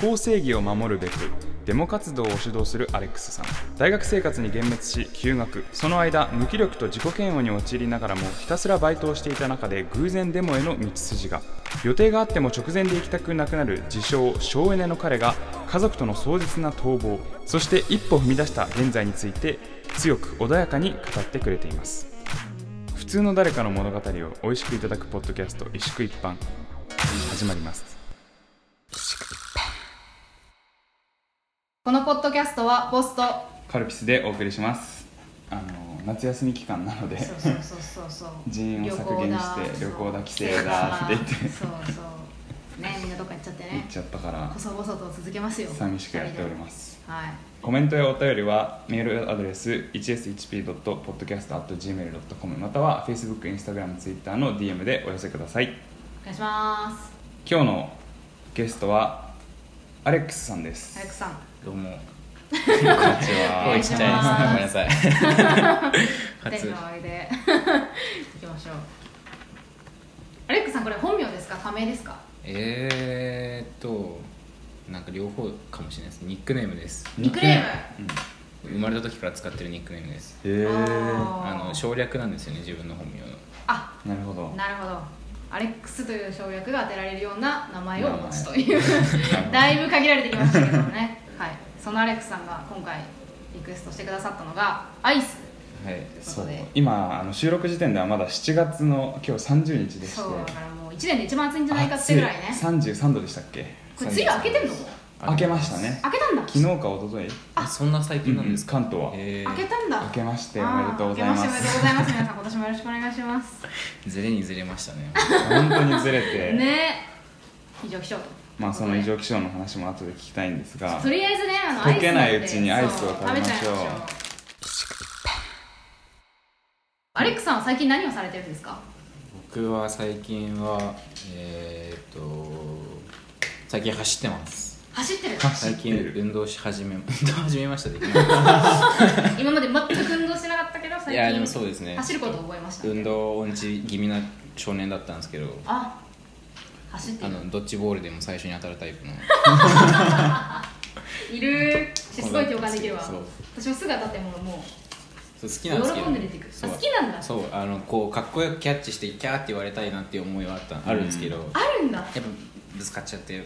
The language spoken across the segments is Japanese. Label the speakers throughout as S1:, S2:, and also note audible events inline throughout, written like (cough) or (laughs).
S1: 法正義を守るべくデモ活動を主導するアレックスさん大学生活に幻滅し休学その間無気力と自己嫌悪に陥りながらもひたすらバイトをしていた中で偶然デモへの道筋が予定があっても直前で行きたくなくなる自称省エネの彼が家族との壮絶な逃亡そして一歩踏み出した現在について強く穏やかに語ってくれています普通の誰かの物語を美味しくいただくポッドキャスト「一宿一般」始まります
S2: このポッドキャストはボスと
S1: カルピスでお送りしますあの夏休み期間なので
S2: そうそうそうそう (laughs) そう
S1: 人員を削減して旅行だ帰省だって言って
S2: そうそうねみんなどっか行っちゃって
S1: 行っ
S2: ね
S1: ちゃったから
S2: 細々と続けますよ
S1: 寂しくやっております
S2: はい
S1: コメントやお便りはメールアドレス 1s1p.podcast.gmail.com または Facebook、Instagram、Twitter の DM でお寄せください
S2: お願いしま
S1: 今日のゲストはアレックスさんです
S2: 早くさん
S3: どうも。
S1: こんにち
S2: お願
S3: 声
S2: い
S1: は
S2: し
S3: ちっち
S2: ま
S3: ゃ
S2: す
S3: いです。ごめん
S2: テンシ
S3: なさい。(laughs) 初
S2: ョン上げて行きましょうアレックさんこれ本名ですか仮名ですか
S3: えーっと、なんか両方かもしれないです。ニックネームです。
S2: ニック
S1: ー
S2: ネ
S1: ム
S3: 生まれた時から使ってるニックネームです。
S1: へえ
S3: あの
S2: ー
S3: 省略なんですよね、自分の本名の。
S2: あ
S1: なるほど
S2: なるほどアレックスという省略が当てられるような名前をお持ちと
S3: 名
S2: いうだいぶ限られてきましたけどもね、はい、そのアレックスさんが今回リクエストしてくださったのがアイス
S3: はい。
S2: というこ
S1: そ
S2: と
S1: う
S2: で
S1: 今あの収録時点ではまだ7月の今日30日でして
S2: そうだからもう1年で一番暑いんじゃないかってぐらいね
S1: 33度でしたっけ
S2: これ梅雨明けてんの
S1: 明けましたね
S2: 明けたんだ
S1: 昨日か一昨日
S3: あ、そんな最近なんですか。
S1: 関東は
S3: え
S2: 明けたんだ
S1: 明けましてお
S2: あー
S1: めでとうございま
S2: 明けましておめでとう
S1: す
S2: ございます皆さん今年もよろしくお願いします
S3: ー、ずれにずれましたね。
S1: 本当にずれて、
S2: (laughs) ね異常気象と
S1: まあその異常気象の話も後で聞きたいんですが
S2: とりあえずねあのア
S1: 溶
S2: イスんて
S1: けないうちにアイスを
S2: そう
S1: 食べましょう
S2: ちゃいアレックさんは最近何をされてるんですか
S3: 僕は最近は、えーっと、最近走ってます。
S2: 走ってる
S1: 走
S3: 最
S1: って
S3: 近
S1: る
S3: 運動し始め、運動 (laughs) 始めましたできない。
S2: 今まで全く運動してなかったけど最近
S3: いやでもそうですね
S2: 走ることを覚えました
S3: 運動音痴気味な少年だったんですけど
S2: あ走って
S3: あ
S2: る
S3: のドッジボールでも最初に当たるタイプの
S2: いるしすごい共感できるわ
S3: そう
S2: 私もすぐ当たってもうも
S3: そう好きなんですけど
S2: 喜んで出てくる
S3: そう
S2: あ好きなんだ
S3: そうあのこうかっこよくキャッチしてキャーって言われたいなっていう思いはあったあるんですけど、
S2: う
S3: やっ
S2: あるんだ
S3: ぱぶつかっちゃって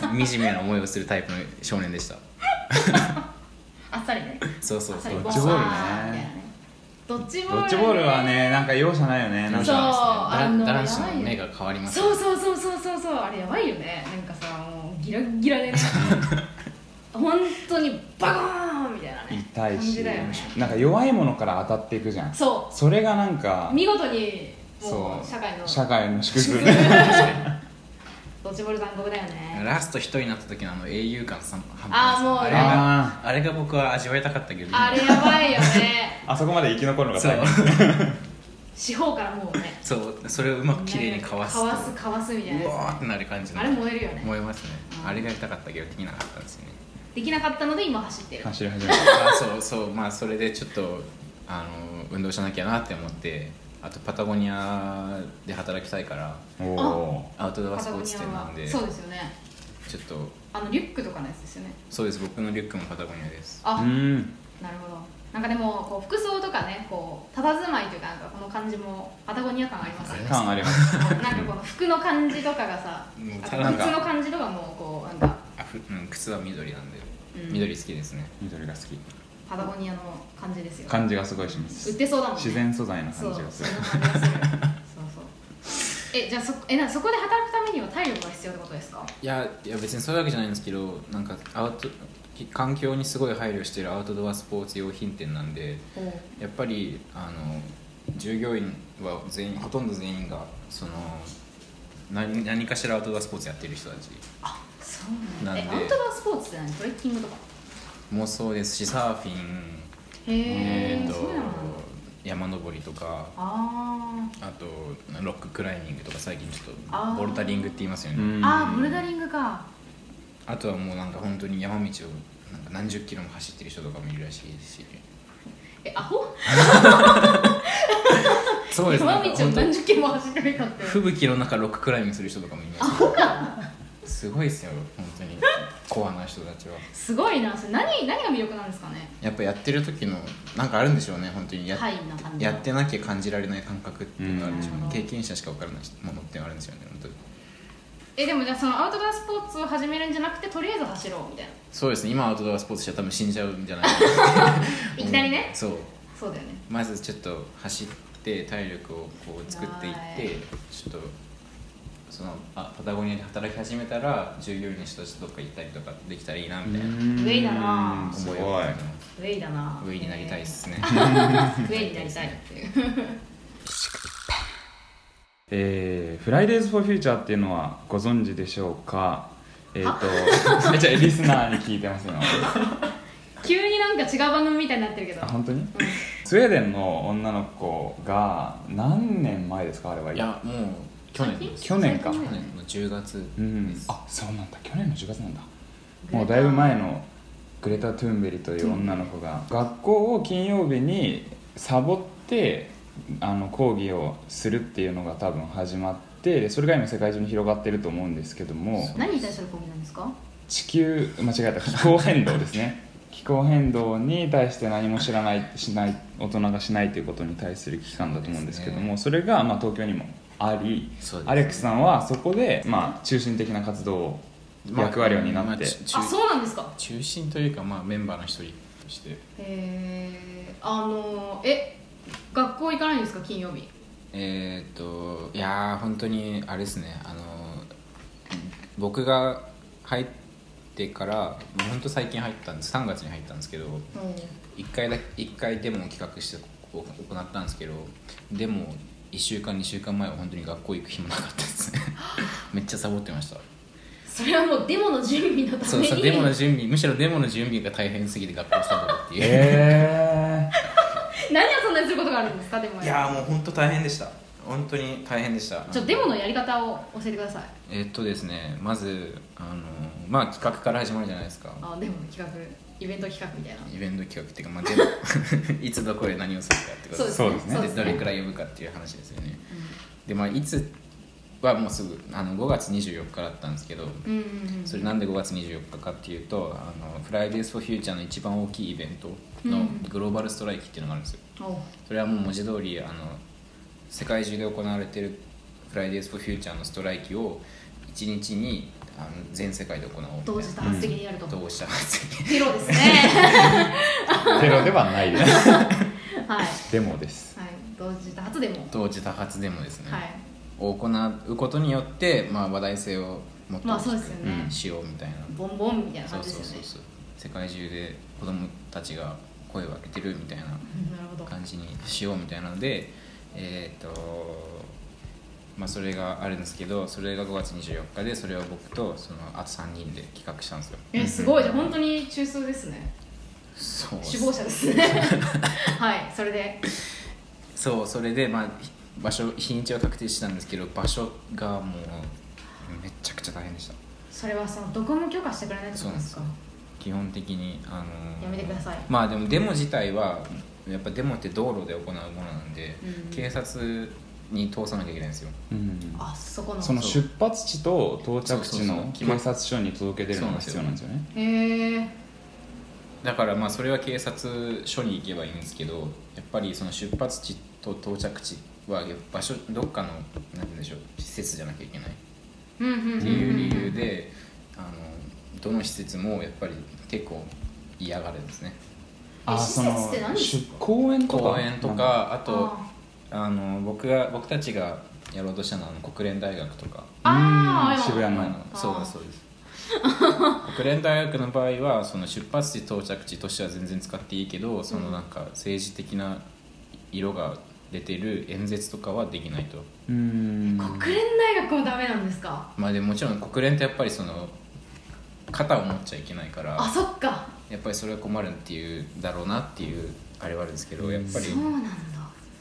S3: 惨めな思いをするタイプの少年でした
S2: あっさりね
S3: そうそ
S2: あ
S3: う
S2: っ
S3: そ
S2: さ
S3: う
S2: り
S1: ドッジボールね
S2: ボンバーみたいなドッジボー
S1: ド
S2: ル
S1: ッジボールはねなんか容赦ないよねなん
S3: 男
S1: か
S3: 子なんです
S2: そうあのやば
S3: ねだ男子の
S2: いよ
S3: 目が変わりますね
S2: そうそうそうそうそうそうあれやばいよねなんかさもうギラギラでね
S3: (laughs)
S2: 本当にバコーンみたいなね
S1: 痛い
S2: 感
S1: し、
S2: じだよね
S1: なんか弱いものから当たっていくじゃん
S2: そ
S1: それがなんか
S2: う見事にも
S1: そう
S2: 社会の
S1: 社会の縮図
S2: ドッジボール残酷だよね
S3: ラスト一人になった時のあの英雄感さ半
S2: あーもう
S3: あ
S1: (laughs)
S3: れ
S1: あ
S3: があれが僕は味わいたかったけど
S2: あれやばいよね
S1: あそこまで生き残るのが
S3: そう
S1: 大変
S2: 四方からもうね
S3: そうそれをうまく綺麗にかわすと
S2: かわすかわすみたいな
S3: う
S2: やつ
S3: わーってなる感じの
S2: あれ燃えるよね
S3: 燃えますね
S2: うん
S3: あれがやりたかったけどできなかったんですよね
S2: できなかったので今走ってる
S1: 走り始めた
S3: あそうそうまあそれでちょっとあの運動しなきゃなって思ってあとパタゴニアで働きたいから
S1: おお
S3: アウトドア
S2: パ
S3: ス
S2: タ
S3: ポ
S2: ゴ
S3: ー
S2: ニ
S3: ツ
S2: ア
S3: 店な
S2: は
S3: んで
S2: そうですよね
S3: ちょっと
S2: あのリュックとかのやつですよね
S3: そうです僕のリュックもパタゴニアです
S2: あ、
S1: うん
S2: なるほどなんかでもこう服装とかねこう佇まいというかなんかこの感じもパタゴニア感ありますよね
S1: 感あります
S2: なんかこの服の感じとかがさ
S3: もう
S2: あ
S3: た
S2: と
S3: だ
S1: なんか
S2: 靴の感じとかもこうなんか
S3: あふ、うん、靴は緑なんで、
S2: うん
S3: 緑好きですね
S1: 緑が好き
S2: パタゴニアの感じですよ
S1: 感じがすごいしま
S2: 売っ
S1: す
S2: てそうだもんね
S1: 自然素材の
S2: そ
S1: 感
S2: う
S1: じ
S2: そん
S1: がす
S2: な
S1: る
S2: 感じがするそうそうえじゃあそえなそこで働くためには体力が必要ってことですか
S3: いやいや別にそういうわけじゃないんですけどなんかアウト環境にすごい配慮してるアウトドアスポーツ用品店なんでやっぱりあの従業員は全員ほとんど全員がその何何かしらアウトドアスポーツやってる人たち
S2: あそう
S3: な
S2: なんん
S3: で
S2: だえアウトドアスポーツって何トレッキングとか
S3: もそうですしサーフィン、
S2: へえ
S3: えー、と
S2: そうなの
S3: 山登りとか
S2: あ
S3: あとロッククライミングとか最近ちょ
S2: あー
S3: っとボルタリングって言いますよ
S1: う
S3: ね
S1: ん
S2: ーあーボルダリングか
S3: あとはもうなんか本当に山道をなんか何十キロも走ってる人とかもいるらしいし
S2: えアホ
S3: そうですね
S2: 山道を
S3: 本当
S2: 何十キロも走ってるかって
S3: 吹雪の中ロッククライミングする人とかもいますよ
S2: アホか
S3: すごいですよ本
S2: (laughs)
S3: 当にコアな人たちは
S2: すごいなそれ何何が魅力なんですかね
S3: やっぱやってる時のなんかあるんでしょうね本当にや,、
S2: ハイな感じ
S3: やってなきゃ感じられない感覚っていうのがあるんでしょうね
S2: うん
S3: 経験者しか分からないものってあるんですよね本当に
S2: えでもじゃあそのアウトドアスポーツを始めるんじゃなくてとりあえず走ろうみたいな
S3: そうですね今アウトドアスポーツしたら多分死んじゃうんじゃないかな
S2: (laughs) いきなりね
S3: うんそう
S2: そうだよね
S3: まずちょっと走って体力をこう作っていっ
S2: はい
S3: てちょっとそのあパタゴニアで働き始めたら従業員の人たちとどっか行ったりとかできたらいいなみたいな
S2: ウェイだな
S1: す
S3: 思
S1: ごい
S3: いを
S2: ウェイだな
S3: 上になりたいですね
S2: ウェイになりたいっていう
S1: えー、フライデーズ・フォー・フューチャーっていうのはご存知でしょうかえっ、と (laughs) めっちゃリスナーに聞いてますよ
S2: 急になんか違う番組みたいになってるけど
S1: あ本当にスウェーデンの女の子が何年前ですかあれはい
S3: (laughs) やもう去年です
S1: 去年か
S3: 去年の10月
S1: う
S3: で
S1: ん
S3: す、
S1: あそうなんだ去年の10月なんだもうだいぶ前のグレタ・トゥーンベリという女の子が学校を金曜日にサボってあの講義をするっていうのが多分始まってでそれが今世界中に広がってると思うんですけども
S2: 何に対する抗議なんですか
S1: 地球間違えた気候変動ですね
S3: (laughs)
S1: 気候変動に対して何も知らないしない大人がしないということに対する危機感だと思うんですけども、それがまあ東京にもあり、
S3: そうですね
S1: アレックスさんはそこでまあ中心的な活動を
S3: まあ
S1: 役割を担って、
S3: まあ中
S2: あそうなんですか
S3: 中心というか、まあ、メンバーの一人として、
S2: えー、あのえ学校行かないんですか金曜日
S3: えーっといやー本当にあれですねあの僕が入ってからもう本当最近入ったんです3月に入ったんですけど1回だ一回デモを企画してここ行ったんですけどでも1週間2週間前は本当に学校行く暇なかった
S2: (laughs)
S3: ですねめっちゃサボってました
S2: それはもうデモの準備のために
S3: そうそうデモの準備むしろデモの準備が大変すぎて学校サボるっていう、
S1: え
S2: 何をそんなにすることがあるんですかデモ
S3: いやーもう本当大変でした本当に大変でした
S2: ちょっとデモのやり方を教えてください
S3: えっとですねまずあのまあ企画から始まるじゃないですか
S2: あデモの企画イベント企画みたいな
S3: イベント企画っていうか、まあ、全部 (laughs) いつどこで何をするかってこ
S2: そ
S3: と
S2: うです
S1: そうですね
S2: そう
S3: で
S2: です
S3: ど
S2: ね
S3: れくらい呼ぶかっていう話ですよねでまあいつはもうすぐあの5月24日だったんですけど
S2: うんうんうん
S3: それなんで5月24日かっていうとあのフライデーズ・フォー・フューチャーの一番大きいイベント
S2: う
S3: の
S2: ん
S3: グローバルストライキっていうのがあるんですよ
S2: おう
S3: それはもう文字通りあの世界中で行われているフライデーズ・フォー・フューチャーのストライキを1日にあの全世界で行おうみたいな
S2: 同時多発的にやると
S3: 同時多発的に
S2: ゼロですね
S3: (laughs)
S1: ー、テロではないです
S2: はいはい
S1: デモです
S2: 同時多発デモ
S3: 同時多発デモですね、
S2: はい
S3: を行うことによって、まあ、話題性をもっと
S2: まあ
S3: 大きく
S2: そうですよね
S3: うんしようみたいな、
S2: ボンボンみたいな
S3: そ
S2: 感
S3: う
S2: じ
S3: そう
S2: です
S3: そ
S2: よ
S3: う
S2: ね
S3: そう世界中で子供たちが声を上げてるみたいな
S2: うんなるほど
S3: 感じにしようみたいなのでえっ、とまあそれがあるんですけどそれが5月24日でそれを僕とそのあと3人で企画したんですよ
S2: えすごいじゃあ本当に中枢ですね
S3: そう
S2: 首謀者です
S3: (laughs)
S2: ねはいそれで
S3: そうそれでまあ場所日にちは確定してたんですけど場所がもうめちゃくちゃ大変でした
S2: それはそのどこも許可してくれないってこ
S3: そ
S2: と
S3: うな
S2: で
S3: んですす
S2: か
S3: よ基本的にあのー
S2: やめてください
S3: まあでもデモ自体はやっぱデモって道路で行うものなんで、
S2: うん
S3: 警察に通さなきゃいけないんですよ
S1: うん
S2: あそこの
S1: その出発地と到着地の
S3: そうそうそう
S1: 警察署に届け出るのが必要なんですよね
S2: へえ
S3: だからまあそれは警察署に行けばいいんですけどやっぱりその出発地と到着地は場所どっかの何て言うんでしょう施設じゃなきゃいけない
S2: うんうんうん
S3: っていう理由であのどの施設もやっぱり結構嫌がるんですね
S2: え
S1: あーそ
S2: 施設って何
S1: の
S2: です
S1: 出公園とか
S3: 公園とかあと
S2: あ
S3: あの僕が僕たちがやろうとしたのはあの国連大学とか
S1: う
S2: あ
S1: ん
S2: ー
S1: 渋谷
S3: まあ
S1: の
S3: あのそうですそうです (laughs) 国連大学の場合はその出発地到着地としては全然使っていいけどそのなんか政治的な色が出てる演説とかはできないと
S1: うん
S2: 国連大学もダメなんですか
S3: まあでももちろん国連ってやっぱりその肩を持っちゃいけないから
S2: あそっか
S3: やっぱりそれは困るっていうだろうなっていうあれはあるんですけどやっぱり
S2: そうなんだ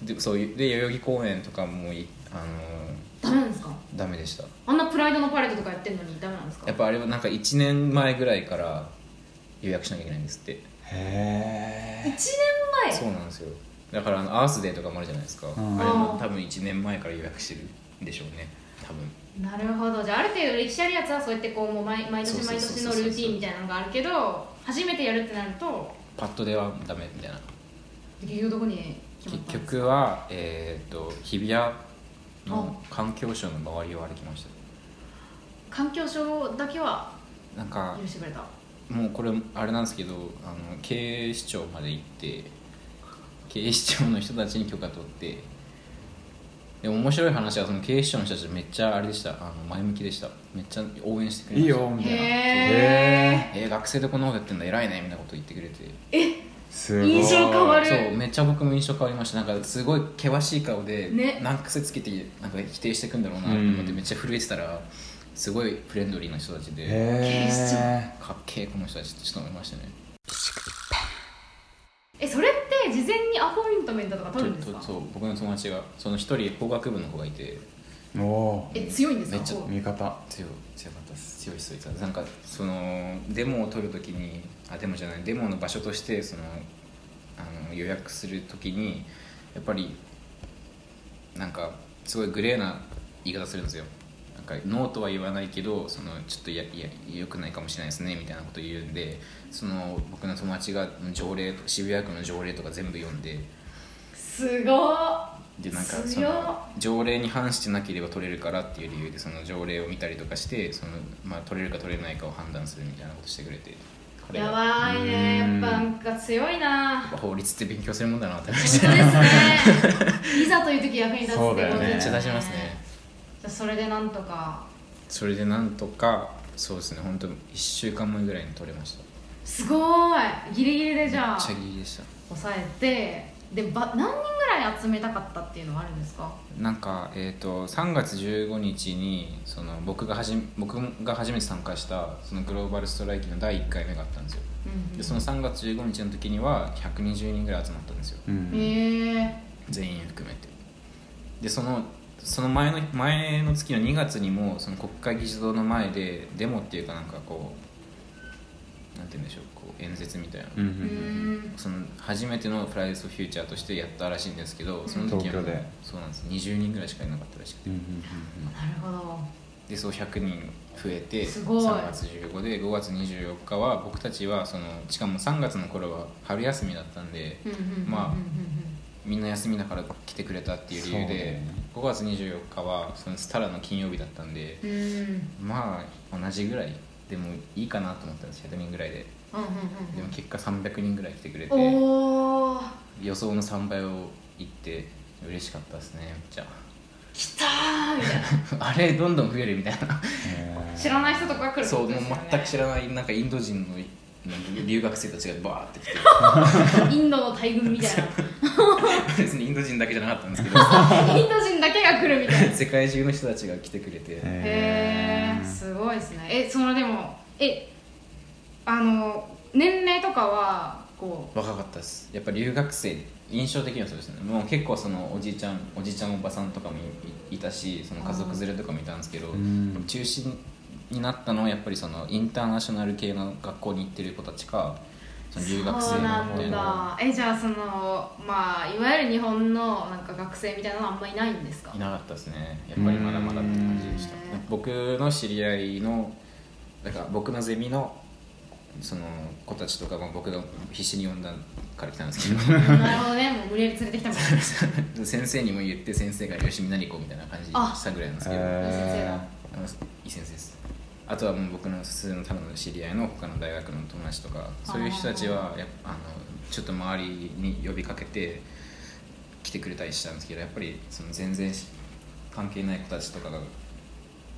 S3: でそういうで代々木公園とかもいあの
S2: ダメなんですか
S3: ダメでした
S2: あんなプライドのパレードとかやってんのにダメなんですか
S3: やっぱあれはなんか1年前ぐらいから予約しなきゃいけないんですって
S1: へ
S2: 1年
S3: そうなんですよだからあのアースデーとかもあるじゃないですか、
S1: ん
S3: あれも多分1年前から予約してるんでしょうね多分
S2: なるほどじゃあある程度歴史あるやつはそうやってこうもう毎毎
S3: そう
S2: 年
S3: そう
S2: 毎
S3: そう
S2: 年
S3: そう
S2: のルーティンみたいなのがあるけど初めてやるってなると
S3: パッとではダメみたいな
S2: 結局どこに決ま
S3: 結
S2: ったんですか
S3: 局は、えー、と日比谷の環境省の周りを歩きまし
S2: 環境省だけは
S3: たなんか
S2: 許してくれた
S3: もうこれあれなんですけどあの警視庁まで行って警視庁の人たちに許可取ってで面白い話はその警視庁の人たちめっちゃあれでしたあの前向きでしためっちゃ応援してくれました
S1: いいよみたいな
S2: へ
S3: えー学生でこんなことやってんだ偉いねみたいなこと言ってくれて
S1: すごい
S2: 印象変わる
S3: そうめっちゃ僕も印象変わりましたなんかすごい険しい顔で、
S2: ね
S3: なんか癖つけてなんか否定していくんだろうなと思ってめっちゃ震えてたらすごいフレンドリーな人たちで、
S1: へー
S3: かっけえこの人たちってちょっと思いましたね
S2: えそれって事前にアポイントメントとか取るんですか
S3: ととそう僕の友達がその一人工学部の子がいて
S1: おお
S2: え強いんですか
S3: めっちゃ
S2: こう
S1: 味方
S3: 強い強かったです強い人いたなんかそのデモを取るときにあデモじゃないデモの場所としてそのあの予約するときにやっぱりなんかすごいグレーな言い方するんですよなんかノーとは言わないけどそのちょっといやいや良くないかもしれないですねみたいなこと言うんでその僕の友達が条例渋谷区の条例とか全部読んです
S2: ごっ
S3: でなんか
S2: 強っ
S3: その条例に反してなければ取れるからっていう理由でその条例を見たりとかしてその、まあ、取れるか取れないかを判断するみたいなことしてくれて彼
S2: や
S3: は
S2: ばいね
S1: う
S2: や
S1: ん
S2: っぱなんか強い
S3: (laughs)
S2: な
S3: 法律って勉強するもんだなって思いまし
S2: 本
S3: た
S2: 当ですねいざという時役に立つってこ
S1: そ
S2: と
S1: うだよね
S3: めっちゃ出しますね
S2: じゃあそれでなんとか
S3: それでなんとかそうですね本当1週間前ぐらいに取れました
S2: すごいギリギリでじゃ
S3: め
S2: あ
S3: っちゃギリでした
S2: 抑えてでば何人ぐらい集めたかったっていうのはあるんですか
S3: なんか、えー、と3月15日にその僕がはじめ僕が初めて参加したそのグローバルストライキの第1回目があったんですよ
S2: うん
S3: でその3月15日の時には120人ぐらい集まったんですよ
S1: うん
S2: へえ
S3: 全員含めてでそのその前の前の月の2月にもその国会議事堂の前でデモっていうかなんかこうなんて言うんでしょうこう演説みたいな、
S1: うんう
S2: うんん
S3: その初めての「フライデーズ・フューチャー」としてやったらしいんですけどその時
S1: 東
S3: は
S1: 京で
S3: そうなんです20人ぐらいしかいなかったらしくて
S1: うん
S2: なるほど
S3: でそう100人増えて
S2: すごい
S3: 3月15で5月24日は僕たちはそのしかも3月の頃は春休みだったんで
S2: うんうんうんうんうん
S3: まあみんな休みだから来てくれたっていう理由
S1: そうだよ
S3: で
S1: ね
S3: 5月24日はそのスタラの金曜日だったんで
S2: うんうんうん
S3: まあ同じぐらいでもいいかなと思ったんです100人ぐらいででも結果300人ぐらい来てくれ
S2: うんうん
S3: て
S2: おお
S3: 予想の3倍を行って嬉しかったですねめっちゃ
S2: 来たーみたいな
S3: (laughs) あれどんどん増えるみたいな
S1: へー
S2: 知らない人とかが来るって
S3: そ
S2: こと
S3: うも
S2: で
S3: う
S2: すよね
S3: 全く知らないなんかインド人のなんか留学生たちがバーって来て
S2: インドの大群みたい
S3: (laughs)
S2: (laughs)
S3: 別にインド人だけじゃなかったんですけど
S2: なインド人だけが来るみたいなへ
S3: 世界中の人たちが来てくれて
S1: へ
S2: え
S1: ー
S2: すごいですねえそのでもえあの年齢とかはこ
S3: 若かったですやっぱ留学生印象的にはそうですねもう結構そのおじいちゃんおじいちゃんおばさんとかもいいいたしその家族連れとかもいたんですけど
S1: うん
S3: 中心になったのはやっぱりそのインターナショナル系の学校に行ってる子たちかそうの留学
S2: そ
S3: 生
S2: う
S3: の
S2: な
S3: 方
S2: んだえじゃあそのまあいわゆる日本のなんか学生みたいなのはあんまいないんですか
S3: いなかったですねやっぱりまだまだって感じでした
S2: うん
S3: 僕の知り合いのだから僕のゼミのその子たちとか、まあ、僕が必死に呼んだから来たんですけど
S2: なるほどねもう無理やり連れてきたみたいな
S3: (laughs) 先生にも言って先生が「よしみなに行こう」みたいな感じにしたぐらいなんですけど、
S1: あ
S2: 先
S3: あのいい先生ですあとはもう僕の普通の多分知り合いの他の大学の友達とかそういう人たちはやっぱあのちょっと周りに呼びかけて来てくれたりしたんですけどやっぱりその全然関係ない子たちとかが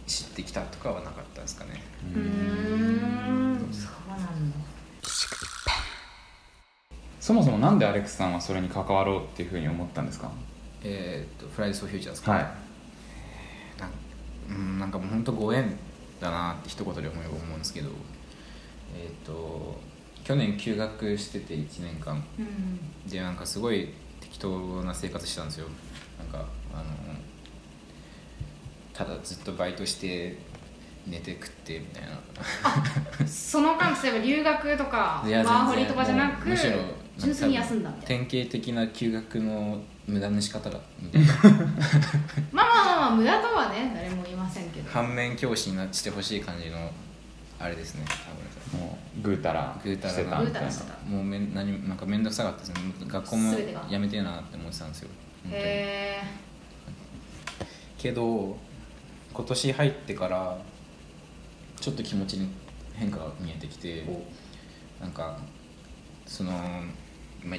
S3: 知ってきたとかはなかったですかね
S2: 生だうーんそうなんだ
S1: そもそもなんでアレックスさんはそれに関わろうっていうふうに思ったんですか
S3: えーっと「フライデー・ソー・フューチャー」ですか、
S1: はい
S3: なんうんなんかもう本当ご縁だなって一言で思えば思うんですけどえーっと去年休学してて1年間
S2: うん
S3: でなんかすごい適当な生活してたんですよなんかあのただずっとバイトして寝て食ってみたいな
S2: その間例えば留学とか
S3: い
S2: ワ
S3: や全然
S2: ーホリとかじゃな
S3: も
S2: く
S3: うむしろ
S2: 純粋に休んだみたいな
S3: 典型的な休学の無駄の仕方だみたいな
S2: まあまあまあまあ無駄とはね誰も言いませんけど、
S3: 反面教師になしてほしい感じのあれですねあごめんなさい
S1: もうぐうたら
S3: ぐうたらな
S1: してたみたい
S2: ぐうたら
S1: な
S2: してた
S3: もうめん何もなんか面倒くさかったですね学校も
S2: 全てが
S3: やめてえなって思ってたんですよ本当に
S2: へ
S3: けど今年入ってからちょっと気持ちに変化が見えてきて
S2: えお
S3: なんかその、まあ、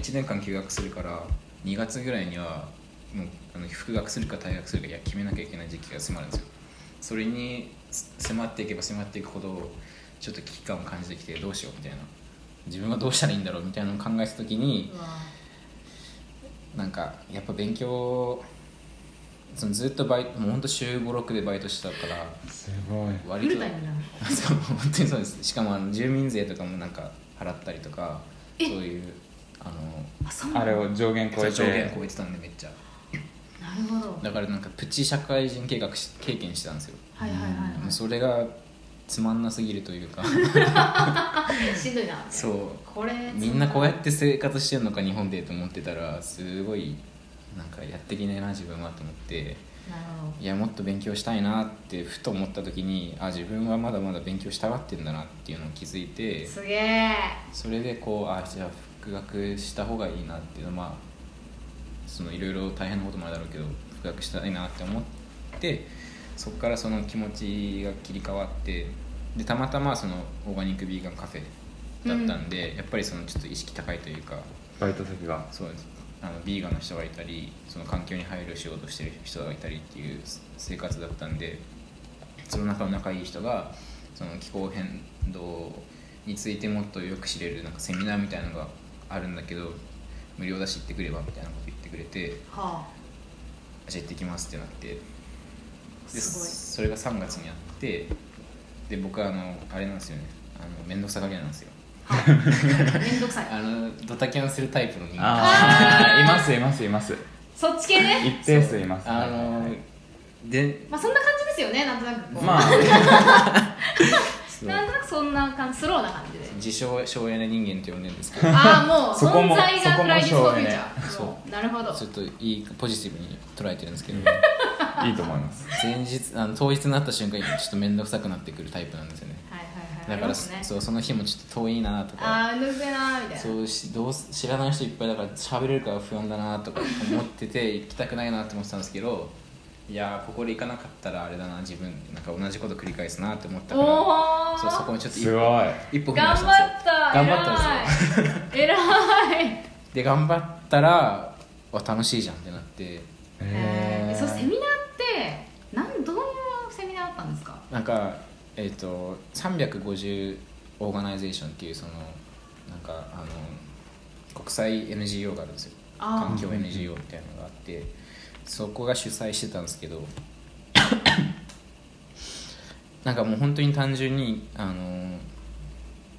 S3: 1年間休学するから2月ぐらいにはもうあの復学するか退学するかいや決めなきゃいけない時期が迫るんですよそれにす迫っていけば迫っていくほどちょっと危機感を感じてきてどうしようみたいな自分はどうしたらいいんだろうみたいなのを考えた時に
S2: うわ
S3: なんかやっぱ勉強そのずっとバイトもうほんと週56でバイトしてたから
S1: すごい
S2: フ
S3: 割
S2: ル
S3: と
S2: タイムな
S3: (laughs) そう本当にそうですしかもあの住民税とかもなんか払ったりとか
S2: え
S3: そういうあの
S2: あそうな
S1: あ
S2: んだ
S1: れ
S2: なる
S1: を上限超えて
S3: 上限超えてたんでめっちゃ
S2: ほど
S3: だからなんかプチ社会人計画し経験してたんですよ
S2: はいはいはいは
S3: もうそれがつまんなすぎる
S2: (laughs)
S3: というか
S2: いしんどいな
S3: そう
S2: これ
S3: みんなこうやって生活してるのか日本でと思ってたらすごいなんかやっていけねえな自分はと思って
S2: なるほ
S3: いやもっと勉強したいなってふと思った時にあ自分はまだまだ勉強したがってんだなっていうのを気づいて
S2: どすげえ
S3: それでこうあじゃあ復学した方がいいなっていうのはまあそのいろいろ大変なこともあるだろうけど復学したいなって思ってそこからその気持ちが切り替わってでたまたまそのオーガニックビーガンカフェだったんで、やっぱりそのちょっと意識高いというか
S1: バイト先が
S3: そうですあのビーガンの人がいたりその環境に配慮しようとしてる人がいたりっていう生活だったんでその中の仲いい人がその気候変動についてもっとよく知れるなんかセミナーみたいなのがあるんだけど無料だし行ってくればみたいなこと言ってくれて
S2: はあ
S3: じゃあ行ってきますってなって
S2: すごい
S3: それが3月にあってで僕はあのあれなんですよねあの面倒くさがり屋なんですよ
S2: はいめんどくさい
S3: あのドタキャンするタイプの人間
S1: あ (laughs) あいますいますいます
S2: そっち系ね
S1: 一定数います
S3: あので
S2: まあそんな感じですよねなんとなくこう
S1: まあ (laughs)
S2: なんとなくそんな感じスローな感じで
S3: 自称省エネ人間って呼んでるんです
S2: (laughs)
S3: けど
S2: ああもう
S3: (laughs)
S1: そこも
S2: 存在がフライディスコフューチャ
S3: そこも
S2: ー
S3: 省エネ
S2: うなるほど
S3: ちょっといいポジティブに捉えてるんですけど
S1: いいと思います
S3: 前日あの当日になった瞬間にちょっと面倒くさくなってくるタイプなんですよね
S2: はいはいはい
S3: だ
S2: あり
S3: から、
S2: ますね
S3: そうその日もちょっと遠いなとか
S2: ああめんどくせえなみたいな
S3: そうしどうす知らない人いっぱいだから喋れるか不安だなとか思ってて行きたくないなと思ってたんですけどいやーここで行かなかったらあれだな自分なんか同じこと繰り返すなって思ったから
S2: おお
S3: そうそこにちょっと一
S1: す
S3: 歩
S1: ごい
S3: 一歩踏み出
S2: 頑
S3: し
S2: 張
S3: たんですよ
S2: った
S3: 頑張ったんですよ (laughs)
S2: ですよ偉い
S3: で頑張ったらわ楽しいじゃんってなって
S2: え
S1: へ
S2: ー、そうセミナーってなんどういうセミナーだったんですか
S3: なんかえっ、と350オーガナイゼーションっていうそのなんかあの国際 NGO があるんですよ
S2: あー
S3: 環境 NGO みたいなのがあってそこが主催してたんですけどなんかもう本当に単純にあの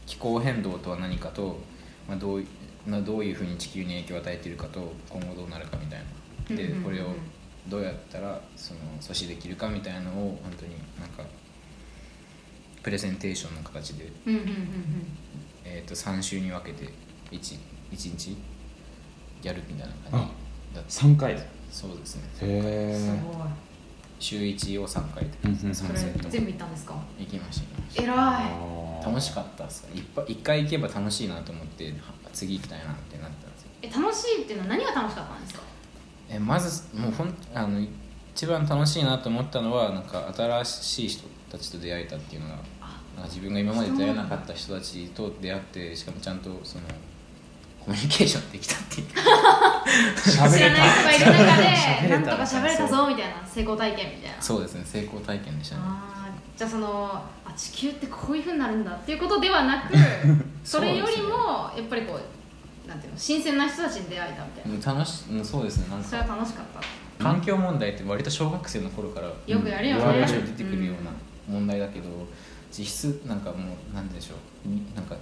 S3: 気候変動とは何かと、まあ、どういまあどういうふうに地球に影響を与えているかと今後どうなるかみたいなで
S2: うんうんうん
S3: これをどうやったらその阻止できるかみたいなのを本当になんかプレゼンテーションの形で、
S2: うんうんうんうん
S3: えー、と3週に分けて 1, 一日やるみたいな感じだった
S1: 3回へ
S3: そうですね
S2: す
S1: え
S2: ごい
S3: 週1を3回で
S1: うんうんうん
S3: 3
S2: そ
S3: セ
S2: れ
S3: ット
S2: 全部行ったんですか
S3: 行きました行きました
S2: 偉い
S3: 楽しかったですかいっぱい一回行けば楽しいなと思っては次行きたいなってなったんですよ
S2: え楽しいっていうのは何が楽しかったんですか
S3: えまずもうほんあの一番楽しいなと思ったのはなんか新しい人たちと出会えたっていうのが
S2: あ
S3: なんか自分が今まで出会えなかった人たちと出会ってしかもちゃんとそのコミュニケーションできたっていう
S2: (laughs)
S1: 喋
S2: 知
S1: れ
S2: らない人がいる中で
S3: 喋れ
S2: なんと
S3: た
S2: か喋れたぞみたいな成功体験みたいな
S3: そうですね成功体験でしたね
S2: あーじゃあそのあ地球ってこういうふうになるんだっていうことではな
S3: (laughs)
S2: くそれよりもやっぱりこうなんていうの新鮮な人たちに出会えたみたいな、
S3: うん楽しうんそうですねなん
S2: それは
S3: か
S2: 楽しかった
S3: 環境問題って割と小学生の頃から
S2: よくやるよね
S3: うん出てくるような問題だけど、実質なんかもうなんでしょうになんか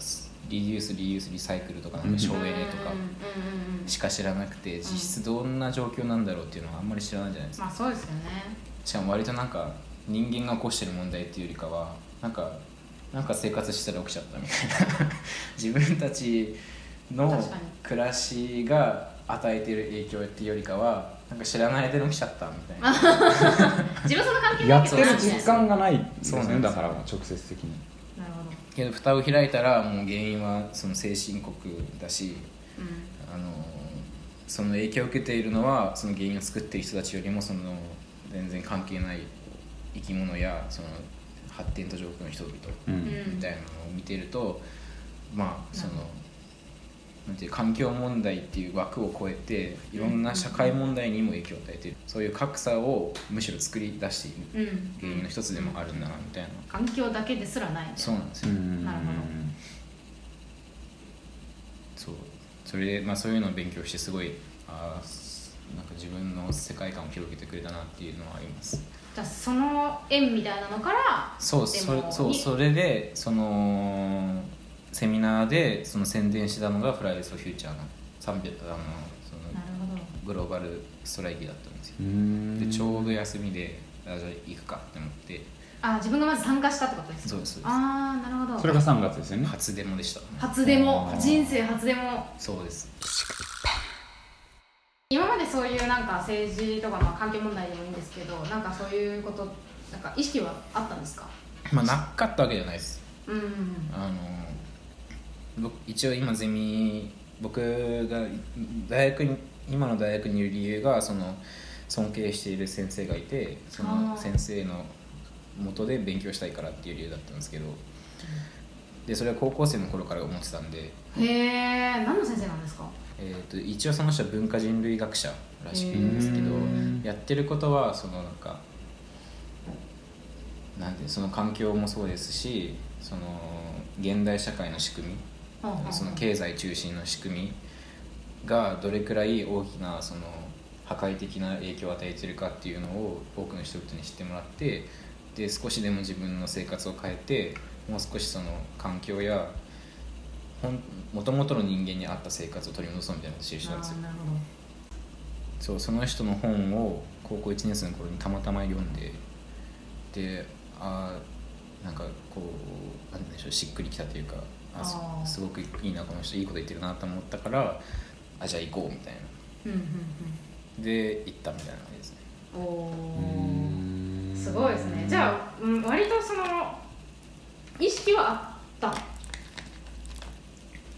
S3: リデュースリユースリサイクルとかなんか省エ
S2: うんうん
S3: ネとか
S2: うんうん
S3: しか知らなくて実質どんな状況なんだろうっていうのはあんまり知らないじゃないですか、
S2: まあそうですよね
S3: (laughs) しかも割となんか人間が起こしてる問題っていうよりかはなんかなんか生活してたら起きちゃったみたいな (laughs) 自分たちの
S2: 確かに
S3: 暮らしが与えてる影響っていうよりかはなんか知らないで起きちゃったみたいな
S2: 自分そんな関係な
S1: や
S2: い
S1: っ
S2: けど
S1: て
S2: な
S1: る
S2: みたいな
S1: 実感がないです
S3: そうなんで
S1: ね
S3: す
S1: だから直接的に
S2: なるほど、
S3: けど蓋を開いたらもう原因はその精神国だし
S2: うん、
S3: あのその影響を受けているのはその原因を作っている人たちよりもその全然関係ない生き物やその発展途上国の人々
S1: う
S2: うん
S1: ん
S3: みたいなのを見てると、まあその
S2: なるほ
S3: なんていう環境問題っていう枠を超えていろんな社会問題にも影響を与えているそういう格差をむしろ作り出してい
S2: う
S3: る
S2: ん、
S3: 原因の一つでもあるんだなみたいな
S2: 環境だけですらないみたいな
S3: そうなんです
S1: う
S3: よ、
S1: ん
S2: なるほど
S3: そうそれで、まあ、そういうのを勉強してすごいあーなんか自分の世界観を広げてくれたなっていうのはあります
S2: じゃあその縁みたいなのから
S3: そう
S2: で
S3: それ
S2: も
S3: そうそれでそのセミナーでその宣伝してたのが「フライデーズ・フューチャーの」300あのそ
S2: な
S3: の
S2: るほど
S3: グローバルストライキだったんですよ
S1: うん
S3: でちょうど休みであじゃあ行くかって思って
S2: あ自分がまず参加したってことですか
S3: そうですそうです
S2: ああなるほど
S1: それが3月ですよね
S3: 初デモでした
S2: 初デモ
S1: あー
S2: 人生初デモ
S3: そうです
S2: 今までそういうなんか政治とかまあ環境問題でもいいんですけどなんかそういうことなんか意識はあったんですか
S3: まあなかったわけじゃないです
S2: うん
S3: あの僕一応今ゼミ僕が大学に今の大学にいる理由がその尊敬している先生がいてそ
S2: あ
S3: の
S2: ー
S3: 先生の元で勉強したいからっていう理由だったんですけどでそれは高校生の頃から思ってたんで、
S2: へえ何の先生なんですか
S3: えー、と一応その人は文化人類学者らしくてですけど
S1: へー
S3: やってることはそのなんかなんていうその環境もそうですしその現代社会の仕組み
S2: ほうほうほう
S3: その経済中心の仕組みがどれくらい大きなその破壊的な影響を与えてるかっていうのを多くの人々に知ってもらってで少しでも自分の生活を変えてもう少しその環境やもともとの人間に合った生活を取り戻そうみたいなことをしてる人なんですよ
S2: あーなるほ
S3: そうその人の本を高校1年生の頃にたまたま読んでであーなんかこうなんでしょうしっくりきたというかあす
S2: あー
S3: すごくいいなこの人いいこと言ってるなと思ったからあじゃあ行こうみたいな
S2: どうんうん
S3: で行ったみたいな感じですね
S2: うん
S1: う
S2: おお
S1: ん
S2: すごいですねじゃあ、うん、割とその意識はあった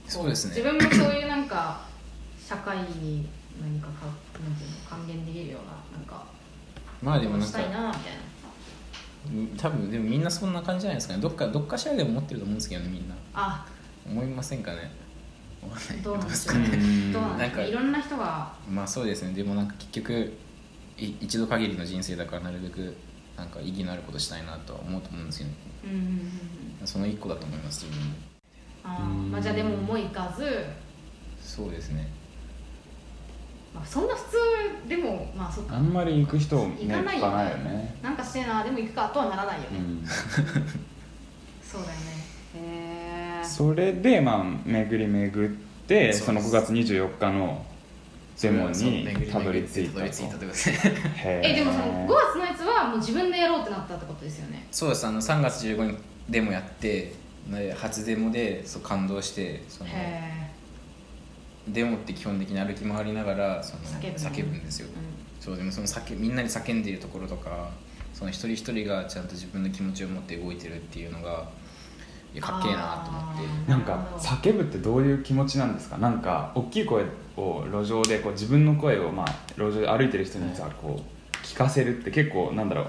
S3: そうです
S2: 自
S3: ね
S2: 分もそういうなんか社会に何かかなんていうの還元できるようななんか
S3: まあでも
S2: こう
S3: なん
S2: し
S3: か
S2: たいなみたいな
S3: 多分でもみんなそんな感じじゃないですかねどっかどっかしらでも持ってると思うんですけどねみんな
S2: あ
S3: 思いませんかね思わない
S2: どうなんでしょ
S3: か
S2: う
S3: ね
S2: ね
S1: うん
S2: どうなん
S3: な
S2: で
S3: ん
S2: す
S3: か
S2: かいろんな人が
S3: まあそうですねでもなんか結局い一度限りの人生だからなるべくなんか意義のあることしたいなとは思うと思うんですよね
S2: うんうんうんうん
S3: その一個だと思います自分も
S2: あー、
S1: うん
S2: まあ、じゃあでも思いいかず、
S3: そうですね
S2: まあ、そんな普通でもまあそっか
S1: あんまり行く人も
S2: 行
S1: ね
S2: かない
S1: 行
S2: よ
S1: か
S2: ね
S1: ないよね
S2: なんかしてえなでも行くかとはならないよ
S1: う
S2: ね、
S1: ん
S2: そうだよねへえ
S1: それでまあ巡り巡って
S3: そう
S1: その5月24日のデモ
S3: そう巡
S1: に
S3: り
S1: たどり着い
S3: 巡っ
S1: と
S3: たてたどり着いたってことですね (laughs)
S1: へー
S2: えでもその5月のやつはもう自分でやろうってなったってことですよね
S3: そうですあの3月15日デモやってで初デモでそう感動してその
S2: へ
S3: デモって基本的に歩き回りながらその
S2: 叫ぶの
S3: 叫ぶんですよ、
S2: え、
S3: そうでもその叫みんなに叫んでいるところとかその一人一人がちゃんと自分の気持ちを持って動いてるっていうのがいやかっけえなと思って
S2: あ
S1: なんか叫ぶってどういう気持ちなんですかなんか大きい声を路上でこう自分の声をまあ路上で歩いてる人にさこう聞かせるって結構なんだろう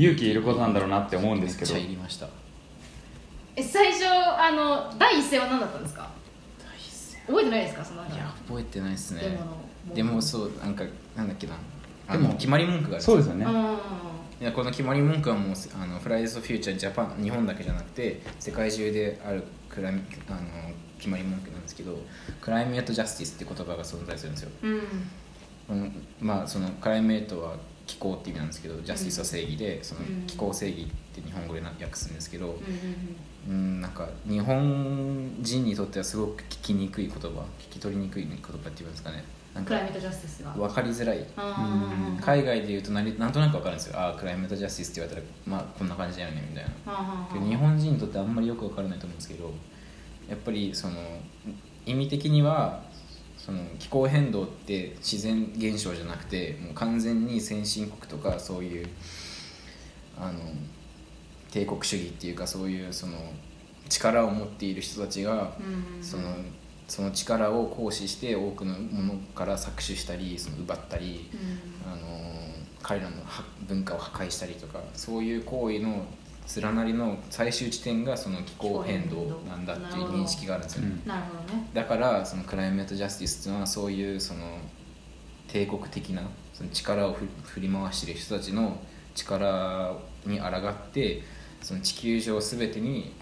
S1: 勇気いることなんだろうなって思うんですけど
S3: めっちゃいりました
S2: え最初あの第一声は何だったんですか覚えてないですかそのなんか
S3: いや覚えてないですね
S2: デモの
S3: でもそうなんかなんだっけなでも決まり文句がある
S1: そうですよ
S2: う
S1: ね
S2: ん
S3: いやこの決まり文句はもうあのフライデーズ・フューチャージャパン日本だけじゃなくて世界中であるクライあの決まり文句なんですけどクライメート・ジャスティスって言葉が存在するんですよ
S2: うん
S3: うんまあそのクライメートは気候って意味なんですけどジャスティスは正義でその
S2: うん
S3: 気候正義って日本語でな訳すんですけど
S2: うんうん
S3: うんなんか日本人にとってはすごく聞きにくい言葉聞き取りにくい言葉っていうんですかねな
S2: うんんクラ
S3: か
S2: イメートジャスティスが
S3: 分かりづらい
S2: うん
S3: 海外で言うとなりなんとなく分かるんですよああクライメート・ジャスティスって言われたらまあこんな感じだよねみたいなけど日本人にとってあんまりよく分からないと思うんですけどやっぱりその意味的にはそその気候変動って自然現象じゃなくてもう完全に先進国とかそういうあの帝国主義っていうかそういうその力を持っている人たちが
S2: うん
S3: そのその力を行使して多くのものから搾取したりその奪ったり、
S2: うん
S3: あの彼らのは文化を破壊したりとかそういう行為の連なりの最終地点がその気候変動なんだっていう認識があるんですよね。
S1: うん
S2: なるほどね
S3: だからそのクライメートジャスティスっていうのはそういうその帝国的なその力をふ振り回している人たちの力に抗ってその地球上全てに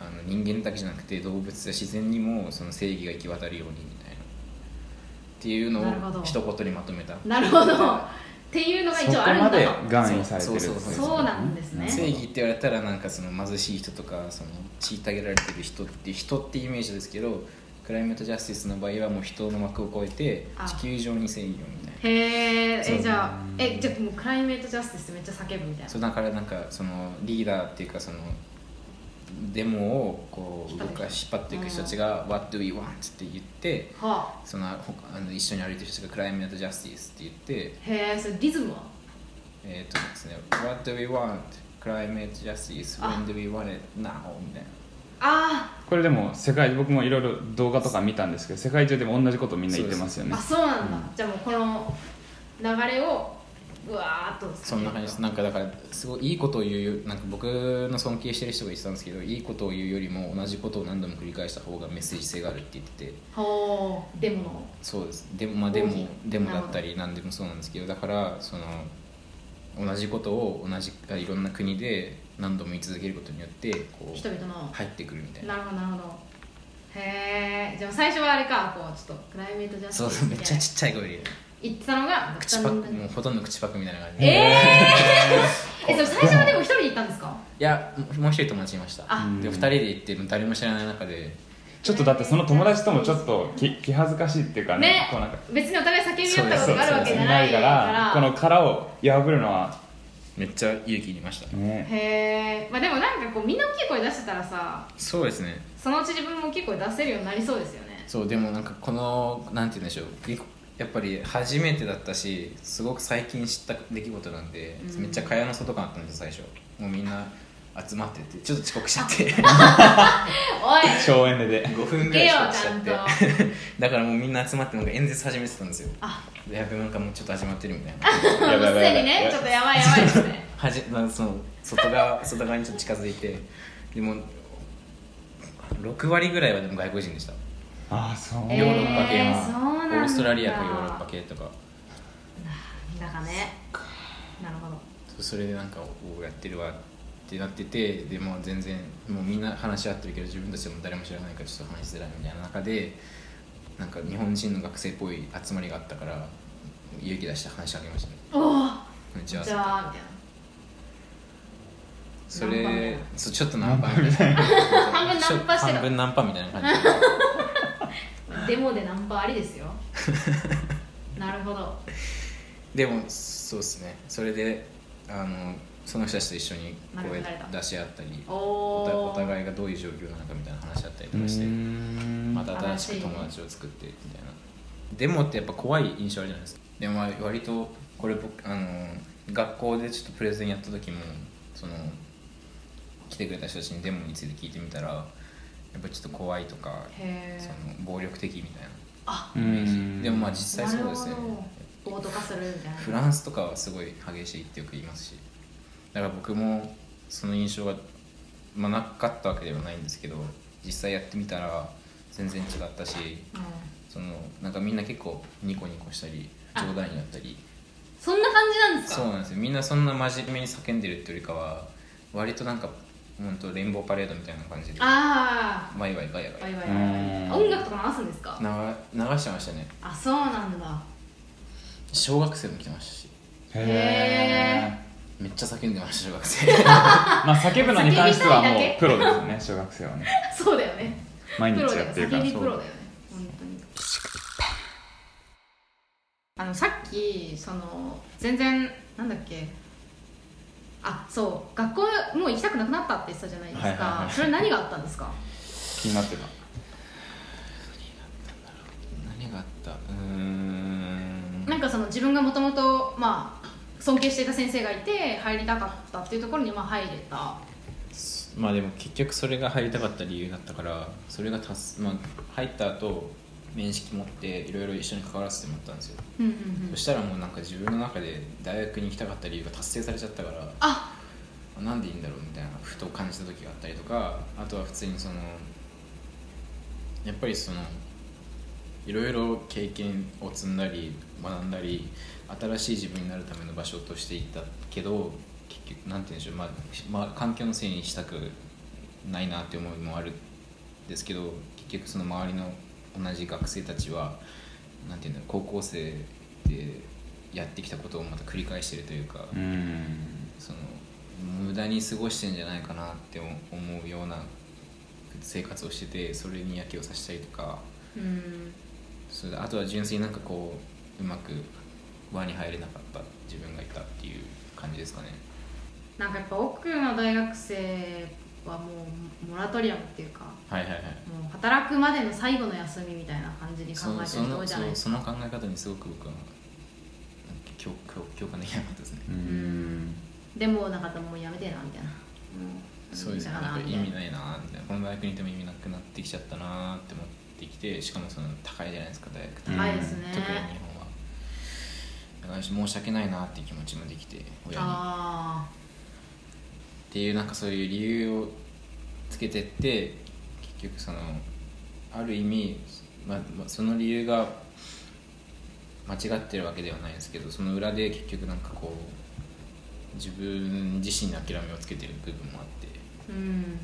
S3: あの人間だけじゃなくて動物や自然にもその正義が行き渡るようにみたいなっていうの
S2: なるほど
S3: を一言にまとめた
S2: なるほどっていうのが一応あるん
S1: そこま
S2: だと
S1: で含意されてる
S3: そうそうそう
S2: そうなんですね
S3: 正義って言われたらなんかその貧しい人とかその虐げられてる人って人ってイメージですけどクライメートジャスティスの場合はもう人の枠を超えて
S2: あ
S3: 地球上に正義をみたい
S2: へえ
S3: そう
S2: えじゃあえじゃあもうクライメートジャスティスめっちゃ叫ぶみたい
S3: な
S2: な
S3: そうだからなんかそのリーダーっていうかそのデモをこう
S2: 引っ
S3: 動
S2: 張って
S3: かし引っ張っていく人たちが「What do we want?」って言って
S2: は
S3: そのほあの一緒に歩いてる人たちが「クライメートジャスティス」って言って
S2: あへえそれリズムは
S3: えっ、とですね「What do we want? クライメートジャスティス When do we want it now?」みたいな。
S2: あ
S1: これでも世界僕もいろいろ動画とか見たんですけど世界中でも同じことみんな言ってますよ
S2: ー
S1: ね
S2: あそうなんだ、じゃあもうこの流れをうわーっと
S3: そんな感じです
S2: な
S3: なんかだからすごいいいことを言うよなんか僕の尊敬してる人が言ってたんですけどいいことを言うよりも同じことを何度も繰り返した方がメッセージ性があるって言ってて
S2: ほうデモの
S3: そうですでもまあでも
S2: 大きい
S3: でもだったり何でもそうなんですけどだからその同じことを同じあいろんな国で何度も言い続けることによってこ
S2: 人
S3: う
S2: 々の
S3: 入ってくるみたいな
S2: なるほどなるほどへえじゃあ最初はあれかこうちょっとクライメートジャステ
S3: そ
S2: ィ
S3: う
S2: ス
S3: そうめっちゃ
S2: み
S3: ちっちゃい声で言う
S2: たいな言ってたのが
S3: 口パクもうほとんど口パクみたいな感じ
S2: え
S3: でい
S2: えー、えそれ最初はでも一人で行ったんですか
S3: やもう一人友達いました
S2: あ
S3: で2人で行って誰も知らない中で
S1: ちょっとだってその友達ともちょっとき気恥ずかしいっていうかね
S2: ね
S1: こうなんか
S2: 別にお互い叫び合ったこ
S3: そ
S2: と
S3: う
S2: があるわけじゃな
S1: ないい
S2: か
S1: かららこの殻を破るのは
S3: めっちゃ勇気いりました
S1: ね
S2: へえまあでもなんかこうみんな大きい声出してたらさ
S3: そうですね
S2: そのうち自分も大きい声出せるようになりそうですよね
S3: そうでもなんかこのなんて言うんでしょう結構やっぱり初めてだったしすごく最近知った出来事なんで、
S2: うん
S3: めっちゃ蚊帳の外感あったんですよ最初もうみんな集まっててちょっと遅刻しちゃって (laughs)
S2: おい
S1: 省エネで
S3: 5分
S2: 行
S3: ぐら
S2: け
S3: い
S2: よ
S3: 遅刻し
S2: ち
S3: ち
S2: ゃ
S3: ゃ
S2: ん
S3: っ
S2: と
S3: て (laughs) だからもうみんな集まってなんか演説始めてたんですよ
S2: あ
S3: でやべなんかもうちょっと始まってるみたいな
S1: やばいやばいや
S2: す
S1: ばい
S2: でにねちょっとやばいやばいですね
S3: はじなんかその外側外側にちょっと近づいてでも6割ぐらいはでも外国人でした
S1: ああそう、
S2: え
S3: ヨーロッパ系は、
S2: そうなんだ
S3: オーストラリアとヨーロッパ系とか
S2: だからねなるほど
S3: そうそれでなんかおおやってるわってなっててでもう全然もうみんな話し合ってるけど自分たちも誰も知らないからちょっと話しづらいみたいな中でなんか日本人の学生っぽい集まりがあったから勇気出して話し上げましたね
S2: おお
S3: こんにち
S2: じゃ
S3: は
S2: あみたいなナ
S3: そ
S2: ンパみたい
S3: れ
S2: な
S3: そうちょっとナンパみたい
S2: (laughs)
S3: な
S2: 半分ナンパしてた
S3: 半分ナンパみたいな感じ
S2: デ
S3: で
S2: モでナンパありです
S3: (laughs)
S2: よなるほど
S3: でもそうですねそれであのその人たちと一緒に声
S2: なるほど
S3: 出し合ったり
S2: お
S3: おたお
S2: お
S3: 互いがどういう状況なのかみたいな話し合ったり
S1: う
S3: とかして
S1: ーん
S3: また新しく友達を作ってみたいなデモってやっぱ怖い印象あるじゃないですかでもまあ割とこれ僕あの学校でちょっとプレゼンやった時もその来てくれた人たちにデモについて聞いてみたらやっぱちょっと怖いとか
S2: へ
S3: そ
S2: え
S3: の暴力的みたいな
S2: あ
S1: うーん
S3: でもまあ実際そうです
S2: な
S3: よ
S2: る
S3: ね
S2: ほど暴徒化するみたいな
S3: フランスとかはすごい激しいってよく言いますしだから僕もその印象が、まあ、なかったわけではないんですけど実際やってみたら全然違ったし
S2: うん
S3: そのなんかみんな結構ニコニコしたり冗談になったり
S2: そんな感じなんですか
S3: そうなんですよみんなそんな真面目に叫んでるっていうよりかは割となんか本当レインボーパレードみたいな感じで
S2: あ
S3: ワイワイガヤ
S2: あ
S3: ガ
S2: バイ
S3: ヤ
S2: バイ
S1: うん
S2: 音楽とか流すんですか
S3: な流してましたね
S2: あそうなんだ
S3: 小学生も来てましたし
S1: へえ
S3: めっちゃ叫んでました小学
S2: (laughs)
S3: 生
S1: まあ叫ぶのに関してはも
S2: 叫びたいだ
S1: う
S2: け
S1: プロですね小学生はね
S2: そうだよね
S1: 毎
S2: プ
S1: 日
S2: ロだ
S1: や
S2: よ
S1: ってるか
S2: 叫
S1: ら
S2: び
S1: そ
S2: プロだよ
S1: う
S2: ね本当にあのさっきその全然なんだっけあそう学校もう行きたくなくなったって言ってたじゃないですか、
S3: はいはいはい
S2: それ何があったんですか
S1: 気になってた
S3: 何があった
S2: なんかその自分がもともとまあ尊敬していた先生がいて入りたかったっていうところにまあ入れた
S3: まあでも結局それが入りたかった理由だったからそれがたす、まあ、入った後面識持っていろいろ一緒に関わらせてもらったんですよ、
S2: うんうんうん
S3: そしたらもうなんか自分の中で大学に行きたかった理由が達成されちゃったから
S2: あ
S3: あなんでいいんだろうみたいなふと感じた時があったりとかあとは普通にそのやっぱりそのいろいろ経験を積んだり学んだり新しい自分になるための場所としていったけど結局なんて言うんでしょう、まあまあ、環境のせいにしたくないなって思いもあるんですけど結局その周りの同じ学生たちはなんて言うんだろう高校生でやってきたことをまた繰り返してるというか。
S1: うん
S3: その無駄に過ごしてんじゃないかなって思うような生活をしててそれにやけをさせたりとか
S2: うん
S3: それであとは純粋になんかこううまく輪に入れなかった自分がいたっていう感じですかね
S2: なんかやっぱ奥の大学生はもうモラトリアムっていうか
S3: はいはいはい
S2: もう働くまでの最後の休みみたいな感じに考
S3: そ
S2: えて
S3: そ
S2: る人多
S3: の
S2: いじゃ
S3: そ
S2: ないうですか
S3: その考え方にすごく僕はなんか共共共感できなかったですね、
S1: うん
S2: でもなんかもうやめてえなみたいな
S3: そうですね
S2: だから
S3: なんか意味ないなみたいなこの大学にいても意味なくなってきちゃったなって思ってきてしかもその高いじゃないですか大学って
S2: 高いですね
S3: 特に日本はだから申し訳ないなっていう気持ちもできて親にっ
S2: あ
S3: ていうなんかそういう理由をつけてって結局そのある意味、ままその理由が間違ってるわけではないんですけどその裏で結局なんかこう自分自身に諦めをつけてる部分もあって
S2: ーうん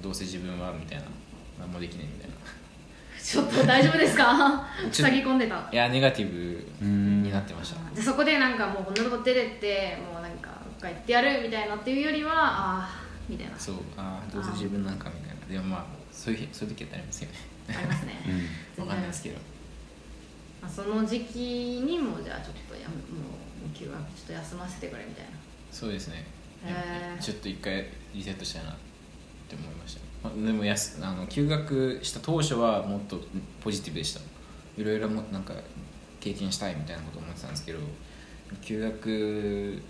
S3: どうせ自分はみたいな何もできないみた
S1: (laughs)
S3: いな
S2: ちょっと大丈夫ですか
S3: (laughs) ちょっ
S2: 塞ぎ込んでた
S3: いやネガティブ
S1: うん
S3: になってました
S2: でそこでなんかもうこんなとこ出てってもうなんかどっか行ってやるみたいなっていうよりはああみたいな
S3: そうああどうせ自分なんかみたいなでもまあそういう日そういう時ってありますよね
S2: あります
S3: (laughs)
S2: ね
S1: うん
S2: 全
S3: わ
S2: 然
S3: か
S2: あり
S3: んない
S2: ま
S3: ですすけど
S2: まあその時期にもじゃあちょっとやむもう休学ちょっと休ませてくれみたいな
S3: そうですね
S2: へー
S3: ちょっと一回リセットしたいなって思いました、まあ、でもやすあの休学した当初はもっとポジティブでしたいろいろもなんか経験したいみたいなこと思ってたんですけど休学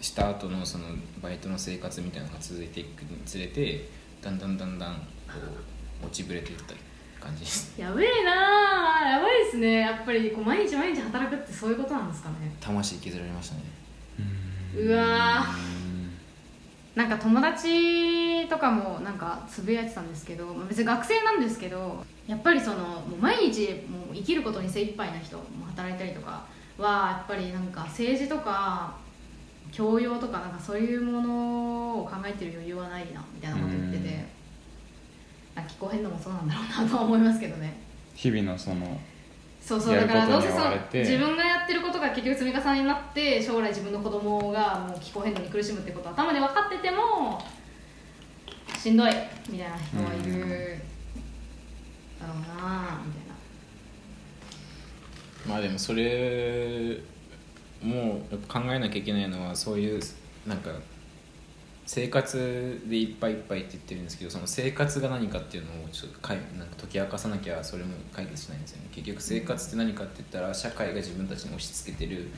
S3: した後のそのバイトの生活みたいなのが続いていくにつれてだんだんだんだんこう落ちぶれていった感じ
S2: (laughs)
S3: です
S2: やべえなあやばいですねやっぱりこう毎日毎日働くってそういうことなんですかね
S3: 魂削られましたね
S2: うわーなんか友達とかもなんかつぶやいてたんですけどまあ別に学生なんですけどやっぱりそのもう毎日もう生きることに精一杯な人も働いたりとかはやっぱりなんか政治とか教養とかなんかそういうものを考えてる余裕はないなみたいなこと言って
S1: うん
S2: てなんか気候変動もそうなんだろうなとは思いますけどね
S1: 日々のその
S2: そうそう
S1: や
S2: だ
S1: ること
S2: からどう
S1: に
S2: せそ
S1: 追
S2: の
S1: われて
S2: 自分がやってることが結局積み重ねになって将来自分の子供がもう気候変動に苦しむってことを頭で分かっててもしんどいみたいな人はいるだろうなみたいな
S3: まあでもそれもうやっぱ考えなきゃいけないのはそういうなんか生活でいっぱいいっぱいって言ってるんですけどその生活が何かっていうのをちょっとかいなんか解き明かさなきゃそれも解決しないんですよね結局生活って何かって言ったら社会が自分たちに押し付けてる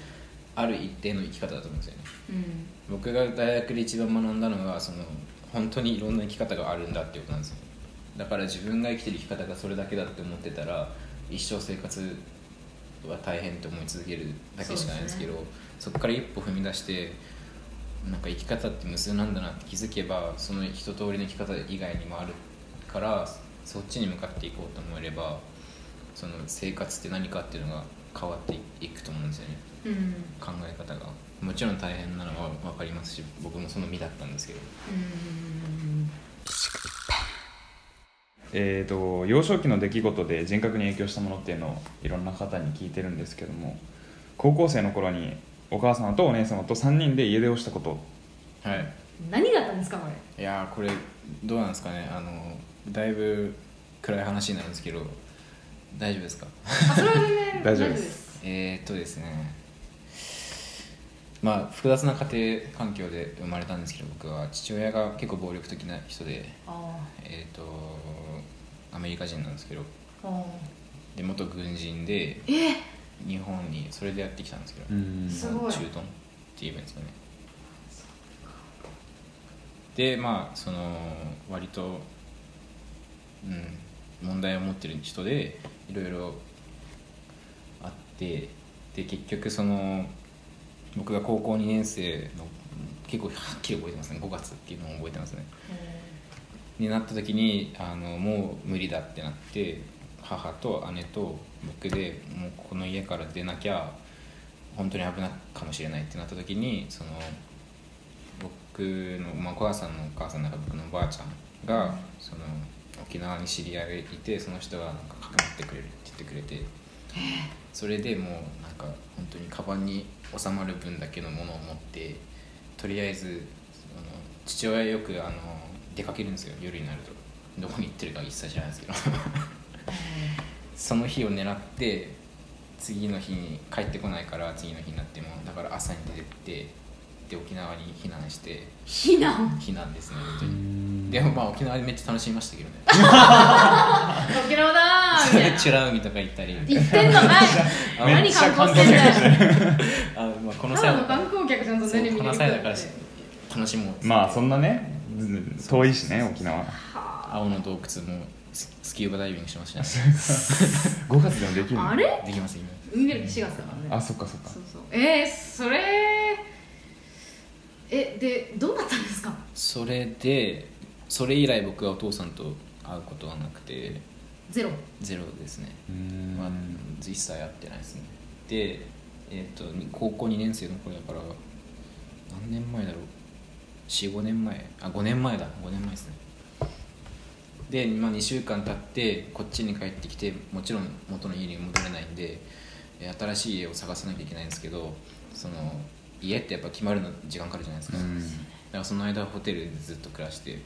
S3: ある一定の生き方だと思うんですよね
S2: うん
S3: 僕が大学で一番学んだのがその本当にいろんな生き方があるんだっていうことなんですよだから自分が生きてる生き方がそれだけだって思ってたら一生生活は大変って思い続けるだけしかないんですけどそこから一歩踏み出してなんか生き方って無数なんだなって気づけばその一通りの生き方以外にもあるからそっちに向かっていこうと思えればその生活って何かっていうのが変わっていくと思うんですよね。
S2: うんうん
S3: 考え方がもちろん大変なのは分かりますし僕もその身だったんですけど
S1: えー、と幼少期の出来事で人格に影響したものっていうのをいろんな方に聞いてるんですけども高校生の頃にお母様とお姉様と3人で家出をしたこと
S3: はい
S2: 何があったんですかこれ
S3: いやーこれどうなんですかねあのだいぶ暗い話になるんですけど大丈夫ですか
S2: あそれは全然
S1: 大丈夫です
S3: (laughs) えーっとですねまあ複雑な家庭環境で生まれたんですけど僕は父親が結構暴力的な人で
S2: あ
S3: えーっとアメリカ人なんですけど
S2: ーあー
S3: で元軍人で
S2: え
S3: 日本にそれでやってきたんですけど、
S1: うん
S2: すごい
S3: 中東って言えばいいんですかねでまあその割と、うん、問題を持ってる人でいろいろあってで結局その僕が高校2年生の結構はっきり覚えてますね5月っていうのを覚えてますねになった時にあのもう無理だってなって母と姉と僕でもうこの家から出なきゃ本当に危ないかもしれないってなった時にその僕の、まあ、お母さんのお母さんだから僕のおばあちゃんがその沖縄に知り合いがいてその人がなんかかくまってくれるって言ってくれてそれでもうなんか本当にカバンに収まる分だけのものを持ってとりあえずその父親よくあの出かけるんですよ夜になるとどこに行ってるか一切知らないですけど (laughs) その日を狙って次の日に帰ってこないから次の日になってもだから朝に出てってで沖縄に避難して
S2: 避難
S3: 避難ですね本当にでもまあ沖縄でめっちゃ楽しみましたけどね
S2: 沖縄だーみたいな
S3: (laughs) 美ら海とか行ったり
S2: 行ってんのない
S1: め
S2: 何
S1: っちゃ
S2: 観光してんだよ
S3: あまあ
S2: た
S3: この
S2: だ
S3: 際
S2: の観光客ちゃんと
S3: そう
S2: 何見
S3: こ
S2: れ
S3: の
S2: る
S3: 際だ
S2: っ
S3: から
S2: て
S3: 楽しもうっつって
S1: まあそんなねうん遠いしね沖縄
S3: 青の洞窟もススキューバダイビングしましたね
S1: 5月でもできるの
S2: あれ
S3: できます今
S2: 海開き4月だからね
S1: あそっかそっか
S2: そうそうえー、それえでどうだったんですか
S3: それでそれ以来僕はお父さんと会うことはなくて
S2: ゼロ
S3: ゼロですね
S1: うーん
S3: まあ、実際会ってないですねで、えー、と高校2年生の頃だから何年前だろう45年前あ5年前だ5年前ですねで、まあ、2週間経ってこっちに帰ってきてもちろん元の家に戻れないんでえ新しい家を探さなきゃいけないんですけどその家ってやっぱ決まるの時間かかるじゃないですか、だからその間ホテルでずっと暮らして
S2: へ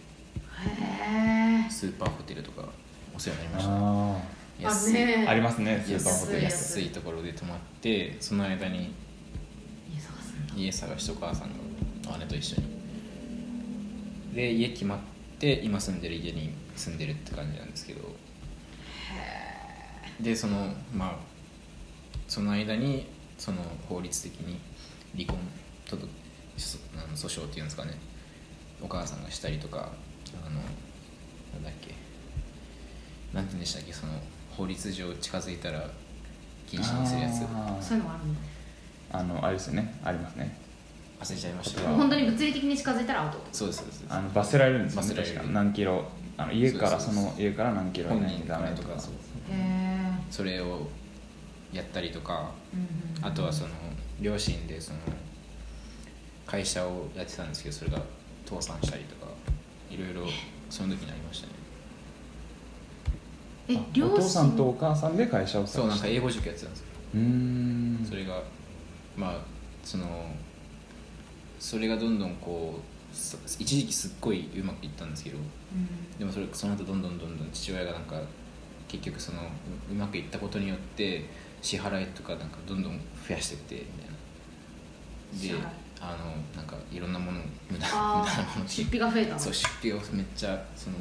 S2: え
S3: スーパーホテルとかお世話になりましたね
S1: あ
S3: 安
S2: あ
S3: い
S2: ね
S1: ーありますねスーパーホ
S3: 安
S1: テ
S3: い
S1: ル
S3: 安いところで泊まってその間に
S2: 家探すんだ
S3: 家探してお母さんの姉と一緒にで家決まって今住んでる家に住んでるって感じなんですけどでそのまあその間にその法律的に離婚とそあの訴訟っていうんですかねお母さんがしたりとかあのなんだっけなんて言うんでしたっけその法律上近づいたら禁止にするやつ
S1: あ
S2: そう
S1: ー
S2: いうのがあるんだ
S1: あのあれですよねありますね
S3: 忘れちゃいましたけ
S1: あ
S2: も
S3: ど
S2: う本当に物理的に近づいたらアウト
S3: そうですそうですそうです
S1: あの罰せられるんですよね
S3: 罰せられる
S1: 確か何キロあの家から
S3: そ
S1: そう
S3: そうそう
S1: の家から何キロ以
S3: 本
S1: 内
S3: 人
S1: で
S3: か
S1: ダメ
S3: らと
S1: と
S3: か
S1: か
S3: そう
S2: へえ
S3: それをやったりとか
S2: うんうんうん
S3: あとはその両親でその会社をやってたんですけどそれが倒産したりとかいろいろその時にありましたね
S2: え
S1: あ
S2: 両親
S1: お父さんとお母さんで会社を
S3: そうなん
S1: して
S3: か英語塾やってたんですよ
S1: うーん
S3: それがまあそのそれがどんどんこうす一時期すっごいうまくいったんですけど
S2: うん
S3: でもそれその後どんどんどんどん父親がなんか結局そのううまくいったことによって支払いとかなんかどんどん増やしてってみたい
S2: 支
S3: な
S2: 払い
S3: であのなんかいろんなものを無駄
S2: あ
S3: 無 (laughs) 駄なもの
S2: あ
S3: に
S2: 出費が増えたの
S3: そう出費をめっちゃその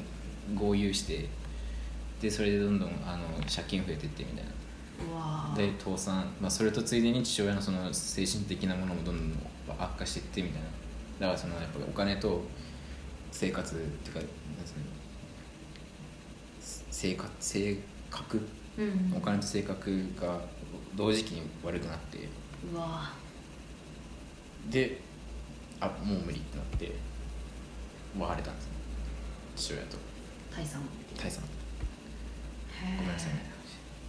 S3: 豪遊してでそれでどんどんあの借金増えてってみたいな
S2: うわー
S3: で倒産、まあ、それとついでに父親のその精神的なものもどんどん悪化していってみたいなだからそのやっぱりお金と生活っていうかなんですかね生活性格
S2: うんうん
S3: お金と性格が同時期に悪くなって
S2: うわ
S3: であもう無理ってなって別れたんですね父親と
S2: ータイさん
S3: タイさん
S2: へー
S3: ごめんなさいね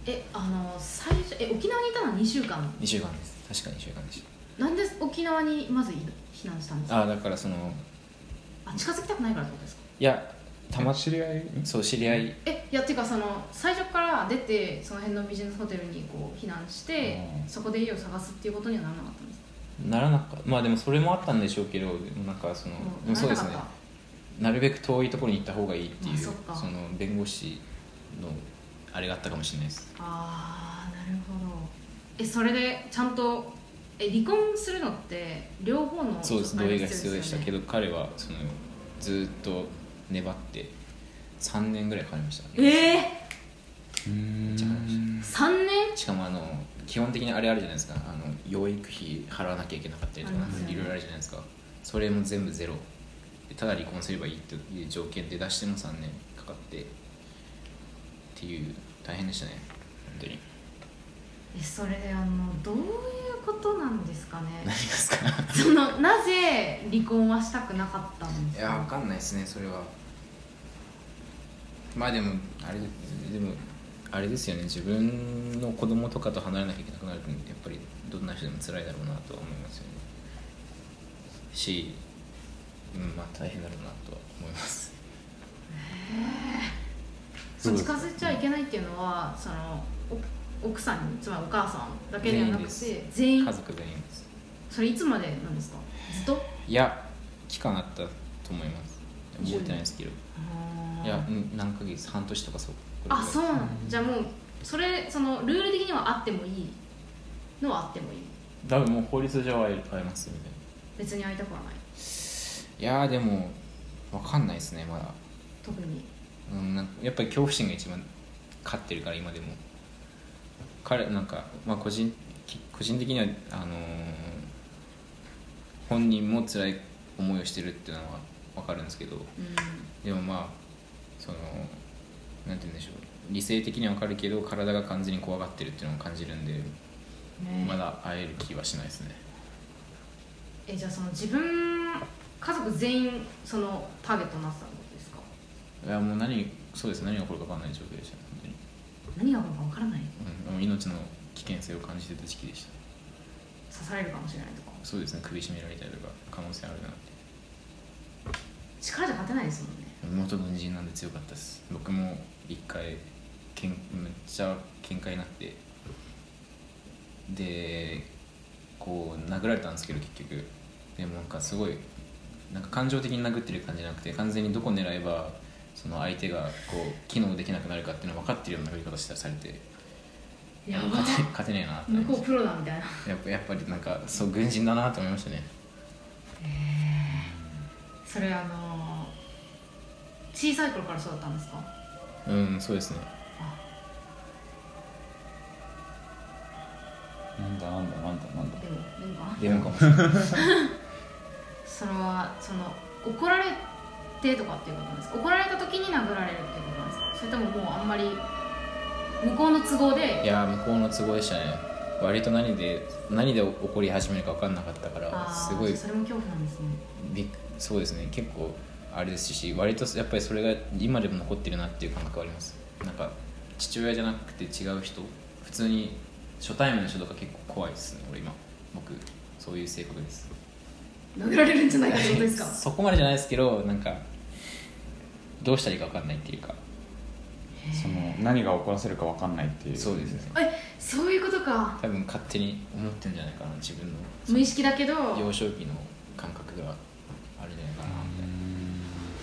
S2: えあの最初え沖縄にいたのは2週間
S3: 2週間です確か2週間でし
S2: なんで沖縄にまず避難したんですか
S3: たあだからその
S2: あ近づきたくないからってことですか
S3: いやたま
S1: 知り合い
S3: そう知り合い
S2: えいやっていうかその最初から出てその辺のビジネスホテルにこう避難して
S1: うん
S2: そこで家を探すっていうことにはならなかったんですか
S3: ならなかまあでもそれもあったんでしょうけどでもなんかその、でもそうですね
S2: ならなか
S3: なるべく遠いところに行った方がいいっていう
S2: あそっか
S3: その弁護士のあれがあったかもしれないです
S2: ったあーなるほどえそれでちゃんとえ離婚するのって両方の
S3: そうです同意が必要でしたけ
S2: ど
S3: ど彼はそのずっと粘って3年ぐらいかかりました
S2: え
S1: うーん
S3: めっちゃ話し
S2: ー、3年
S3: しかもあの基本的にあれあるじゃないですかあの養育費払わなきゃいけなかったりとか
S2: ありますよね
S3: いろいろあるじゃないですかそれも全部ゼロでただ離婚すればいいという条件で出しても3年かかってっていう大変でしたね本当に
S2: えそれあのどういうことなんですかね
S3: 何ですか (laughs)
S2: そのなぜ離婚はしたくなかったんで
S3: い
S2: す
S3: やわ
S2: か
S3: かんないですねそれはまあでもあれでもあれですよね自分の子供とかと離れなきゃいけなくなるとやっぱりどんな人でも辛いだろうなとは思いますよねしうんまあ大変だろうなとは思います
S2: その近づいちゃいけないっていうのはそのお奥さんにつまりお母さんだけではなくて
S3: 全員で
S2: 全員
S3: 家族全員です
S2: それいつまでなんですかずっと
S3: いや期間あったと思います覚えてないですけどいやうん何ヶ月半年とかそう
S2: あそう
S3: う
S2: なんじゃあもうそれそのルール的にはあってもいいのはあってもいい
S3: 多分もう法律上は会えますみたいな
S2: 別に会いたくはない
S3: いやーでもわかんないですねまだ、
S2: 特に
S3: うん、なんかやっぱり恐怖心が一番勝ってるから今でも彼なんか、まあ、個人き個人的にはあのー本人も辛い思いをしてるっていうのはわかるんですけど
S2: うん
S3: でもまあそのなんて言うんでしょう理性的にはわかるけど体が完全に怖がってるっていうのを感じるんで
S2: ね
S3: まだ会える気はしないですね
S2: えじゃあその自分家族全員そのターゲットになってたってことですか
S3: いやもう何そうです何が起こるかわかんない状況でした本当に
S2: 何が起こるかわからない
S3: うん、命の危険性を感じてた時期でした
S2: 刺されるかもしれないとか
S3: そうですね首絞められたりとか可能性あるなって
S2: 力じゃ勝てないですもんね
S3: 元軍人なんで強かったです僕も一回けんめっちゃ喧嘩になってでこう殴られたんですけど結局でもなんかすごいなんか感情的に殴ってる感じじゃなくて完全にどこ狙えばその相手がこう機能できなくなるかっていうの分かってるような振り方したされて
S2: やば
S3: 勝て勝てねえなって思
S2: 向
S3: いま
S2: こ
S3: し
S2: うプロだみたいな
S3: たやっぱやっぱりなんかそう軍人だなと思いましたね
S2: それあの小さい頃からそうだったんですか
S3: うんそうですね
S1: なんだなんだなんだなんだ
S2: でもでも
S3: 出るかもしれない
S2: それはその怒られてとかっていうことなんですか怒られた時に殴られるっていうことなんですかそれとももうあんまり向こうの都合
S3: い
S2: (laughs) で
S3: やー向こうの都合でしたね割と何で何で起こり始めるか分かんなかったから
S2: あー
S3: すごい
S2: それも恐怖なんですね
S3: びっそうですね結構あれですし割とやっぱりそれが今でも残ってるなっていう感覚はありますなんか父親じゃなくて違う人普通に初対面の人とか結構怖いですね俺今僕そういう性格です
S2: 殴られるんじゃないかってことですか
S3: そこまでじゃないですけどなんかどうしたらいいか分かんないっていうか
S1: その何が起こらせるか分かんないっていう
S3: そうですね
S2: えそういうことか
S3: 多分勝手に思ってるんじゃないかな自分の
S2: 無意識だけど
S3: 幼少期の感覚があるんじゃないかなみたい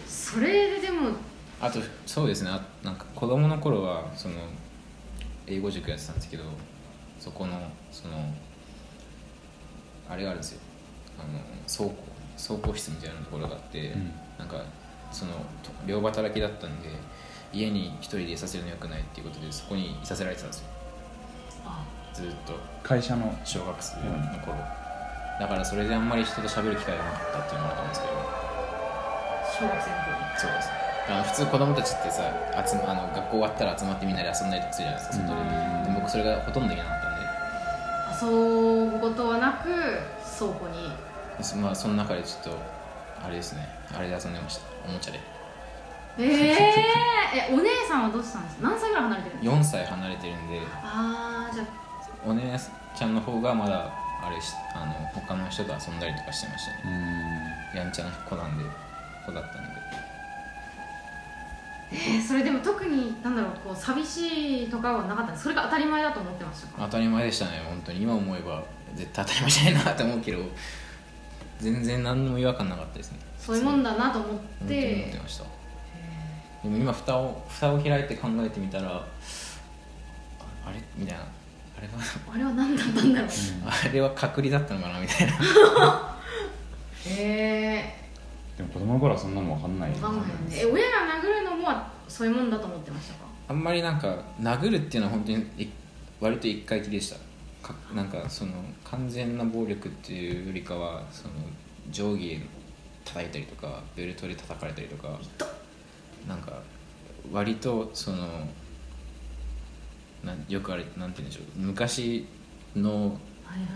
S2: それででも
S3: なあとそうですねあなんか子供の頃はその英語塾やってたんですけどそこのそのあれがあるんですよあの倉庫倉庫室みたいなところがあって、
S1: うん
S3: なんかそのと両働きだったんで家に一人でいさせるのよくないっていうことでそこにいさせられてたんですよ
S2: あ
S3: ずっと
S1: 会社の
S3: 小学生の頃、だからそれであんまり人と喋る機会がなかったっていうのがあったんですけど
S2: 小学生の頃に
S3: そうですあの普通子供たちってさ集まあの学校終わったら集まってみんなで遊んだりとかするじゃないですか外ででも僕それがほとんどできなかった
S2: 遊ぶことはなく倉庫に
S3: んでそ,、まあ、その中でちょっとあれですねあれで遊んでましたおもちゃで
S2: (laughs) えええお姉さんはどうしたんですか何歳ぐらい離れてるんですか
S3: 4歳離れてるんで
S2: ああじゃあ
S3: お姉ちゃんの方がまだあれしあの他の人と遊んだりとかしてましたねやんちゃな子なんで子だったんで
S2: えーそれでも特になんだろうこう寂しいとかはなかったんですそれが当たり前だと思ってましたか
S3: 当たり前でしたね本当に今思えば絶対当たり前じゃないなって思うけど全然何の違和感なかったですね
S2: そういうもんだなと思
S3: 本
S2: っ
S3: 当に思っててましたでも今蓋を蓋を開いて考えてみたらああれみたいなあれは
S2: あれは何だったんだろう
S3: (laughs) あれは隔離だったのかなみたいな (laughs)
S2: え
S1: でも子供の頃はそんなの分かんない
S2: ー、分かんないえ親が殴るのもそういうもんだと思ってましたか
S3: あんまりなんか殴るっていうのは本当にい割と一回きりでしたかなんかその完全な暴力っていうよりかはその定規叩いたりとかベルトで叩かれたりとかなんか割とそのなんよくあれなんて言うんでしょう昔の
S2: はいはい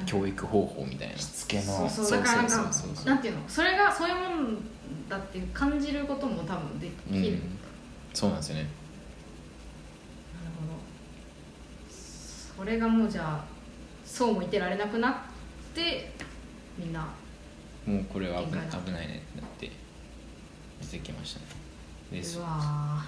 S3: 教育方法みたいな
S4: しつけ
S2: そ
S4: の
S2: うそう
S3: そう
S2: だからなん
S3: そう
S2: か
S3: そうそうそう
S2: なんていうのそれがそういうもんだっていう感じることも多分でき
S3: う
S2: る、なる
S3: んそうなんですよね
S2: ほどそれがもうじゃあそうも言ってられなくなってみんな
S3: もうこれは危
S2: 限界だ
S3: 危ないねってなって出てきましたねで
S2: う
S3: そ
S2: わ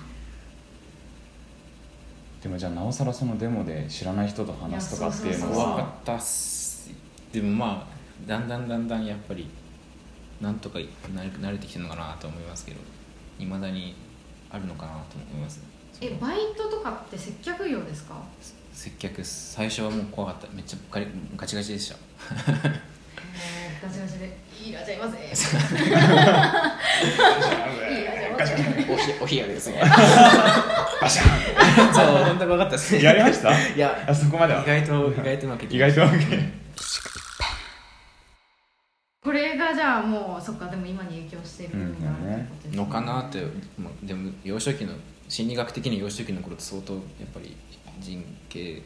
S4: でもじゃあなおさらそのデモで知らない人と話すとかっていうの
S2: いやそうそう
S3: 怖
S2: そう
S4: は
S3: かったっすでもまあだんだんだんだんやっぱりなんとかなれ慣れてきてるのかなと思いますけどいまだにあるのかなと思います
S2: えバイトとかって接客業ですか
S3: 接客最初はもう怖かっためっちゃガリガチガチでした
S2: えーガチガチで「いいらっしゃいませ」いいらっしゃいま
S4: ガシ
S2: せ
S4: ャン
S3: おひお部屋ですねそう本当に怖かったですね
S4: やりました
S3: いや
S4: あそこまでは
S3: 意外と意外とうまくいき
S4: 意
S3: ま
S4: 外
S3: した
S4: と OK
S2: これがじゃあもうそっかでも今に影響してる部分があるってことですね
S3: のかなって、まあ、でも幼少期の心理学的に幼少期の頃って相当やっぱり人形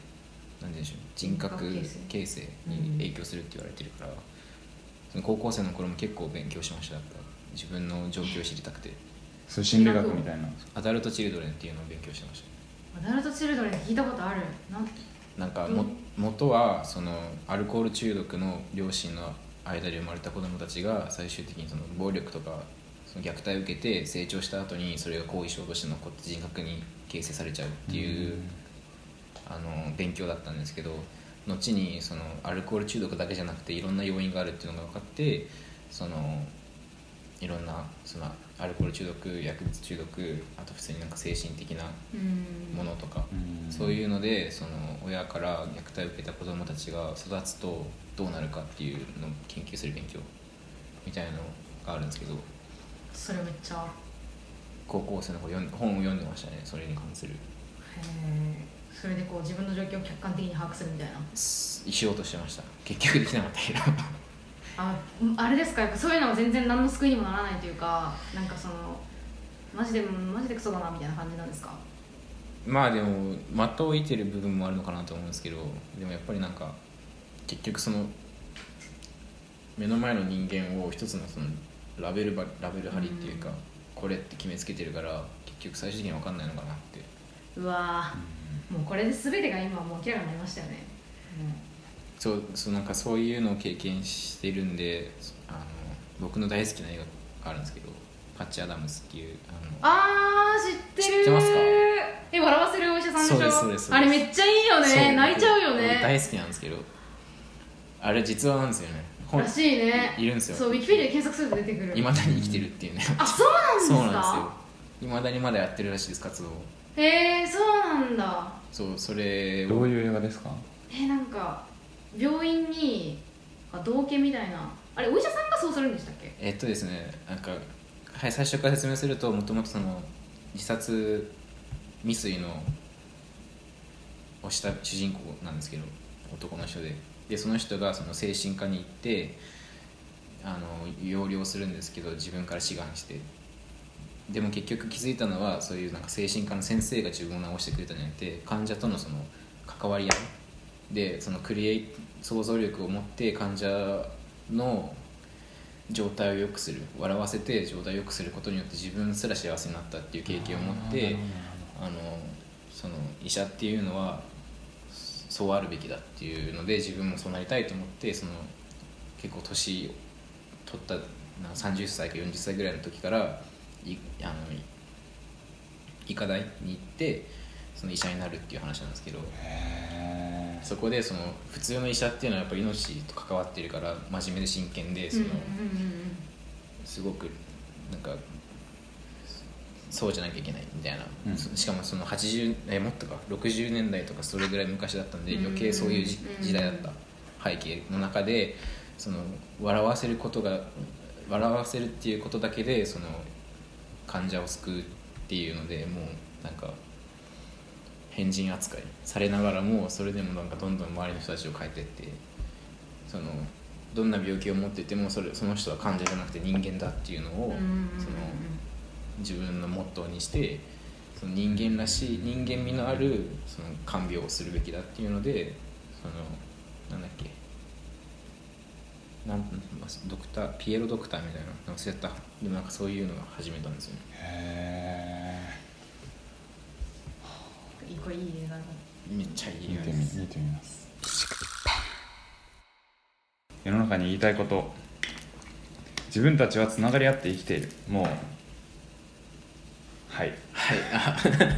S3: なんて言うんでしょう人格
S2: 人格形成
S3: 形成に影響するって言われてるから、その高校生の頃も結構勉強しましただから自分の状況を知りたくて (laughs)
S4: そう心理学みたいな
S3: アダルトチルドレンっていうのを勉強してました
S2: アダルトチルドレン聞いたことあるなん
S3: なんかも、
S2: うん
S3: 元はそのアルコール中毒の両親の間で生まれた子供たちが最終的にその暴力とかその虐待を受けて成長した後にそれが後遺症として残って人格に形成されちゃうっていう、あの勉強だったんですけど後にそのアルコール中毒だけじゃなくていろんな要因があるっていうのが分かってそのいろんなそのアルコール中毒薬物中毒あと普通になんか精神的な
S2: うん
S3: ものとか。
S4: うん
S3: そういうのでその親から虐待を受けた子どもたちが育つとどうなるかっていうのを研究する勉強みたいなのがあるんですけど
S2: それめっちゃ
S3: 高校生の頃読ん本を読んでましたねそれに関する
S2: へえそれでこう自分の状況を客観的に把握するみたいな
S3: すしようとしてました結局できなかったけど
S2: あうんあれですかやっぱそういうのは全然何の救いにもならないというかなんかそのマジでマジでクソだなみたいな感じなんですか
S3: (laughs) まあでも的を射てる部分もあるのかなと思うんですけどでもやっぱりなんか結局その目の前の人間を一つのそのラベルばラベル張りっていうか、
S2: うん
S3: これって決めつけてるから結局最終的に分かんないのかなって
S2: うわーもうこれで全てが今もう明らかになりましたよね
S3: そうそうなんかそういうのを経験してるんであの僕の大好きな映画があるんですけどパッチ・アダムスっていうあの
S2: あー知ってる
S3: 知ってますか
S2: え笑わせるお医者さんでしょ
S3: そうですそうですそうです
S2: あれめっちゃいいよ
S3: そう
S2: ね泣いちゃうよ
S3: 僕僕
S2: ね
S3: 大好きなんですけどあれ実話なんですよね本
S2: らしいね
S3: いるんですよ
S2: そうウィキペディアで検索すると出てくる
S3: いまだに生きてるっていうね
S2: あそうなんです
S3: そ
S2: か
S3: うなんですよいまだにまだやってるらしいです活動を
S2: へえそうなんだ
S3: そうそれ
S4: ど
S3: を
S4: ういう映画ですか
S2: えーなんか病院になんか道家みたいなあれお医者さんがそうするんでしたっけ
S3: えっとですねなんか、はい、最初から説明するともともとその自殺未遂のをした主人公なんですけど男の人ででその人がその精神科に行ってあの要領するんですけど自分から志願してでも結局気づいたのはそういうなんか精神科の先生が自分を治してくれたんじゃなくて患者とのその関わり合いでそのクリエイ想像力を持って患者の状態を良くする笑わせて状態を良くすることによって自分すら幸せになったっていう経験を持ってあのその医者っていうのはそうあるべきだっていうので自分もそうなりたいと思ってその結構年取ったな30歳か40歳ぐらいの時からいあの医科大に行ってその医者になるっていう話なんですけど
S4: へ
S3: そこでその普通の医者っていうのはやっぱ命と関わってるから真面目で真剣でその。すごくなんかそうじゃなきゃいけないみたいな、
S4: うん
S3: そしかもその80えもっとか60年代とかそれぐらい昔だったんで
S2: うん
S3: 余計そういうじ
S2: うん
S3: 時代だった背景の中でその笑わせることが笑わせるっていうことだけでその患者を救うっていうのでもうなんか偏変人扱いされながらもそれでもなんかどんどん周りの人たちを変えてってそのどんな病気を持っててもそれその人は患者じゃなくて人間だっていうのをその自分のモットーにしてその人間らしい人間味のあるその看病をするべきだっていうのでそのなんだっけなんドクターピエロドクターみたいな忘れたでもなんかそういうのが始めたんですよね
S4: へ
S2: いいこれいい映画だ
S3: めっちゃい
S4: え
S3: い
S4: 見
S3: やつ
S4: てみ見てみます世の中に言いたいこと自分たちはつながり合って生きているもうはい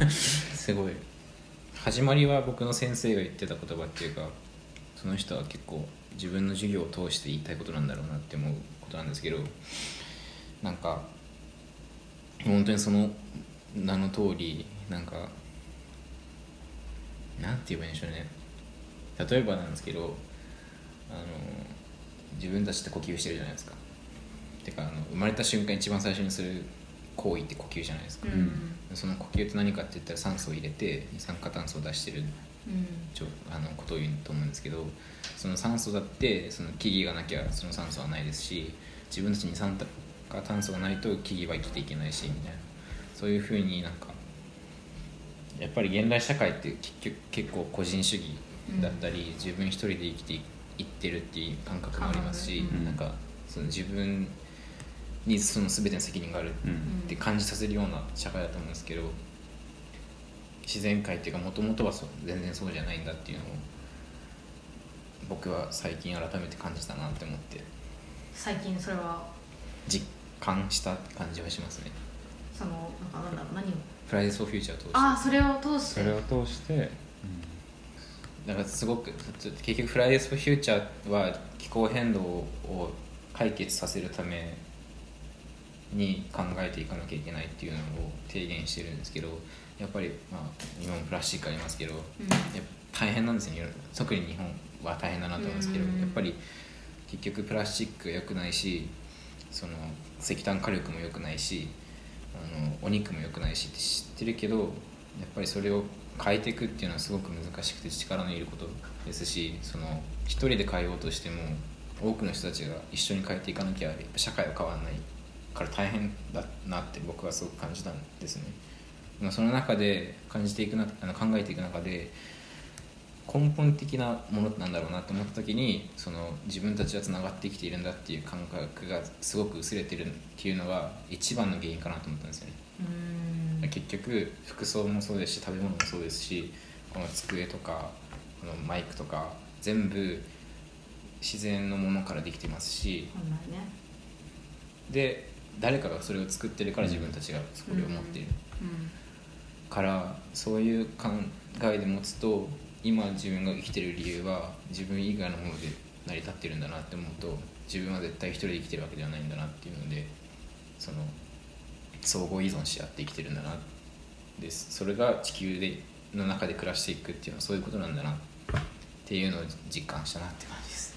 S3: すごい (laughs) 始まりは僕の先生が言ってた言葉っていうかその人は結構自分の授業を通して言いたいことなんだろうなって思うことなんですけどなんか本当にその名の通りなんかなんて言えばいいんでしょうね例えばなんですけどあの自分たちって呼吸してるじゃないですかてかあの生まれた瞬間一番最初にする行為って呼吸じゃないですか、
S2: うん
S3: その呼吸って何かって言ったら酸素を入れて二酸化炭素を出してる
S2: うん
S3: ちょあのことを言うと思うんですけどその酸素だってその木々がなきゃその酸素はないですし自分たちに二酸化炭素がないと木々は生きていけないしみたいなそういうふうになんかやっぱり現代社会って結局結構個人主義だったり、自分一人で生きていいってるっていう感覚もありますし、
S4: うん
S3: なんかその自分にその全ての責任がある
S4: うん
S3: って感じさせるような社会だと思うんですけど自然界っていうかもともとはそう全然そうじゃないんだっていうのを僕は最近改めて感じたなって思って
S2: 最近それは
S3: 実感した感じはしますね
S2: そのなんかなんだろう何を
S3: フライデーソフューチャーを通して
S2: ああそれを通し
S4: そ
S2: て
S4: れを通して
S3: だからすごく結局フライデーソフューチャーは気候変動を解決させるために考えていかなきゃいけないっていうのを提言してるんですけどやっぱり、まあ、今もプラスチックありますけど
S2: うん
S3: やっぱ大変なんですよねいろいろ特に日本は大変だなと思うんですけど
S2: うん
S3: やっぱり結局プラスチックが良くないしその石炭火力も良くないしあのお肉も良くないしって知ってるけどやっぱりそれを変えていくっていうのはすごく難しくて力のいることですしその一人で変えようとしても多くの人たちが一緒に変えていかなきゃやっぱ社会は変わらないから大変だなって僕はすごく感じたんですね。まあその中で感じていくなあの考えていく中で根本的なものなんだろうなと思った時にその自分たちはつながって生きているんだっていう感覚がすごく薄れてるっていうのが一番の原因かなと思ったんですよね
S2: うん
S3: 結局服装もそうですし食べ物もそうですしこの机とかこのマイクとか全部自然のものからできてますし
S2: 本来ね
S3: で誰かがそれを作ってるから自分たちがそれを持っている、
S2: うん
S3: からそういう考えで持つと今自分が生きてる理由は自分以外のもので成り立ってるんだなって思うと自分は絶対一人で生きてるわけではないんだなっていうのでその相互依存し合って生きてるんだなですそれが地球での中で暮らしていくっていうのはそういうことなんだなっていうのを実感したなって感じです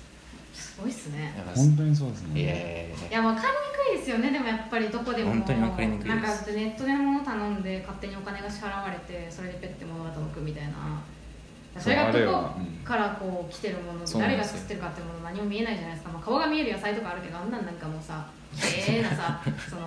S2: すごいっすね
S3: だから
S4: 本当にそうですね
S3: いやいやいや
S2: いや分かりにくいですよねでもやっぱりどこでも
S3: 本当に分かりにくいで
S2: な
S3: す
S2: んかネットでも頼んで勝手にお金が支払われてそれでペッて物が届くみたいなそれがどこからこう来てるもの
S3: そうなん
S2: 誰
S3: で
S2: が
S3: すよ
S2: 作ってるかってもの何も見えないじゃないですか、まあ、顔が見える野菜とかあるけどあんなんなんかもうさええな
S3: (laughs)
S2: さその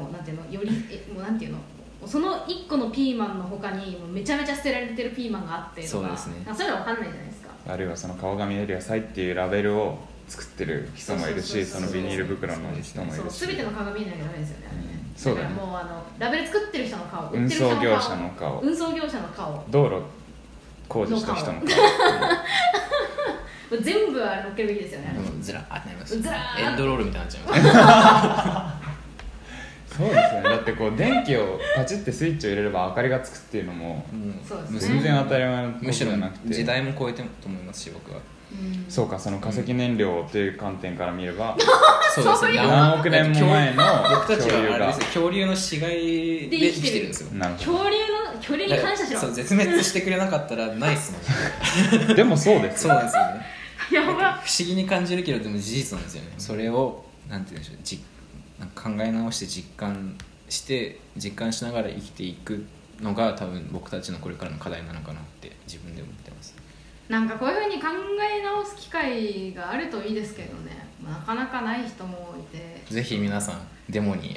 S2: もうなんていうのよりえもうなんていうのその1個のピーマンの他にもうめちゃめちゃ捨てられてるピーマンがあってとか
S3: そうですね
S2: なんかそういうの分かんないじゃないですか
S4: あるいはその顔が見える野菜っていうラベルを作ってる人もいるし
S2: そ
S4: そう
S2: そうそうそう
S4: のビニール袋の人もい
S2: そう
S4: るし
S2: 全ての顔が見えないとダメですよねあれね、
S4: うんそうだね
S2: からもうあのラベル作ってる人の顔売っ
S4: 運
S2: てる人
S4: 送
S2: の顔
S4: 業者の顔
S2: 運送業者の顔
S4: 道路工事した人の顔
S2: 全部あれ乗っけるべきですよねあれ
S3: でもずらーってなります
S2: ずらー
S3: エンドロールみたいになっちゃいます
S4: そうですよねだってこう電気をパチってスイッチを入れれば明かりがつくっていうのも
S2: そうですね
S4: 全然当たり前のこと
S3: むし
S4: じ
S3: ろ
S4: ゃなくて
S3: 時代も超えてると思いますし僕は
S2: うん
S4: そうかその化石燃料という観点から見れ
S2: (laughs)
S4: ば
S3: そう
S2: ですね
S4: 何億年も前の
S3: 僕た
S4: 恐
S3: ち
S4: 竜
S3: はあれ
S4: が
S3: ですよ恐竜の死骸で生きてるんですよ
S4: なるほ
S2: 恐竜の恐竜に感謝しろ
S3: そう絶滅してくれなかったらないっ (laughs) すもんね
S4: どでもそうです
S3: そ
S4: よ
S3: うなんですよね
S2: やば
S3: 不思議に感じるけどでも事実なんですよねそれをなんて言うんでしょうじなんか考え直して実感して実感しながら生きていくのが多分僕たちのこれからの課題なのかなって自分で思ってます
S2: なんかこういうふうに考え直す機会があるといいですけどねまあなかなかない人もいて
S3: ぜひ皆さんデ
S2: (laughs)
S3: モに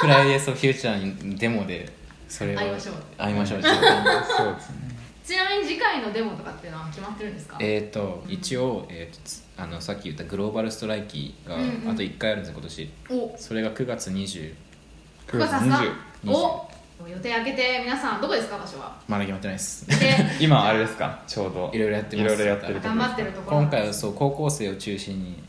S3: フライデーズ・オブ・フューチャーにデモでそれを
S2: 会いましょう
S3: 会いま
S2: (laughs)
S3: しょう
S4: そうですね
S2: ちなみに次回のデモとかっていうのは決まってるんですか
S3: えー、と一応、えーとつあのさっき言ったグローバルストライキが
S2: うんうん
S3: あと1回あるんですよ今年
S2: お
S3: それが9月20
S2: ここさすが
S3: 20
S2: お予定開けて皆さんどこですか場所
S3: (laughs)
S2: は
S3: まだ決まってないです
S2: で
S4: 今あれですかちょうど
S3: いろいろやってます
S4: いろいろやってるとこ
S2: 頑張ってるところ
S3: 今回はそう高校生を中心に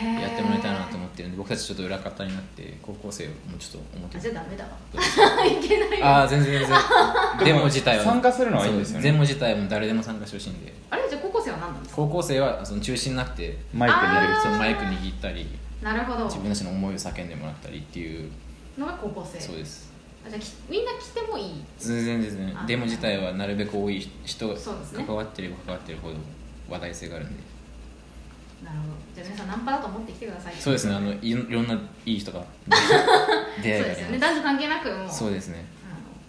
S2: へー
S3: やってもらいたいなと思ってるんで僕たちちょっと裏方になって高校生をもうちょっと表
S2: あ
S3: に
S2: じゃあダメだわ (laughs) いけない
S3: あ
S2: あ
S3: あ全然
S2: (laughs)
S3: 全然デモ自体は
S4: 参加するのはいいんですよね
S3: そうデモ自体も誰でも参加してほしいんで
S2: あれじゃあ高校生は何なんですか
S3: 高校生はその中心になって
S4: マイクに
S2: あ
S4: 出る
S2: ー
S3: そのマイク握ったり
S2: なるほど
S3: 自分たちの思いを叫んでもらったりっていう
S2: のが高校生
S3: そうです
S2: あじゃあきみんな来てもいい
S3: 全然全然
S2: あ
S3: デモ自体はなるべく多い人が
S2: そうですね
S3: 関わってれば関わってるほど話題性があるんで
S2: なるほどじゃあ皆さんナンパだと思ってきてください
S3: そうですねあのいろいろんないい人
S2: (laughs)
S3: が出会
S2: そ
S3: い
S2: で
S3: うがあ
S2: す
S3: り
S2: よね
S3: ま
S2: 男女関係なくもう
S3: すそうですね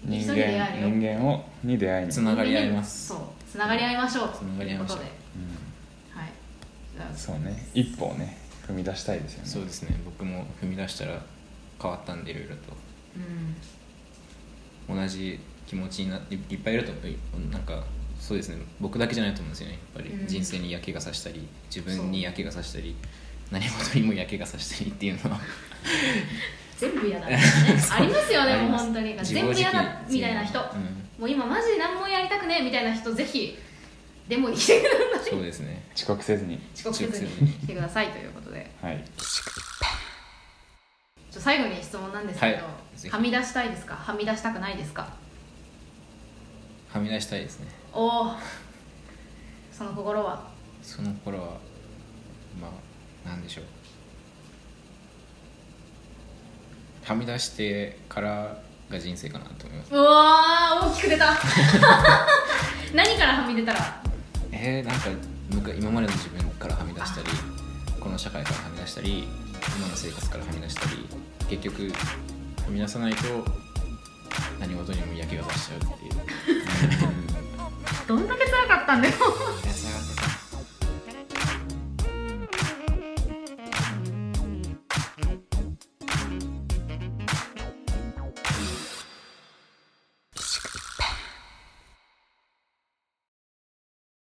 S2: あの
S4: 人
S2: 一緒に出会え
S4: 間
S2: るよ
S4: 人間をに出会いに
S3: つながり合います
S2: そうつながり合いましょう
S3: つながり合いましょう
S2: という
S4: うん
S2: ことではいじゃあ
S4: そうね一歩をね踏み出したいですよね
S3: そうですね僕も踏み出したら変わったんでいろいろと
S2: うん
S3: 同じ気持ちになっていいっぱいいるとなんかそうですね僕だけじゃないと思うんですよねやっぱり、
S2: うん
S3: 人生に嫌気がさしたり自分に嫌気がさしたり何事にも嫌気がさしたりっていう
S2: (laughs)
S3: のは
S2: 全部嫌
S3: (laughs)
S2: だみたいなねありますよねもう本当に全部嫌だみたいな人、
S3: うん
S2: もう今マジで何もやりたくねえみたいな人ぜひデモに来てください
S3: そうですね
S4: 遅刻せずに
S2: 遅刻せずに来てくださいということで
S4: はい
S2: ちょ最後に質問なんですけど、
S3: は
S2: はい
S3: ぜひ
S2: み出したいですかはみ出したくないですか
S3: はみ出したいですね
S2: おおその心は
S3: その頃はまあなんでしょうはみ出してからが人生かなと思います
S2: うわー大きく出た (laughs) 何からはみ出たら
S3: えー、なんかむか今までの自分からはみ出したりこの社会からはみ出したり今の生活からはみ出したり結局はみ出さないと何事にも嫌気がさしちゃうっていう
S2: どんだけ辛かったんだよ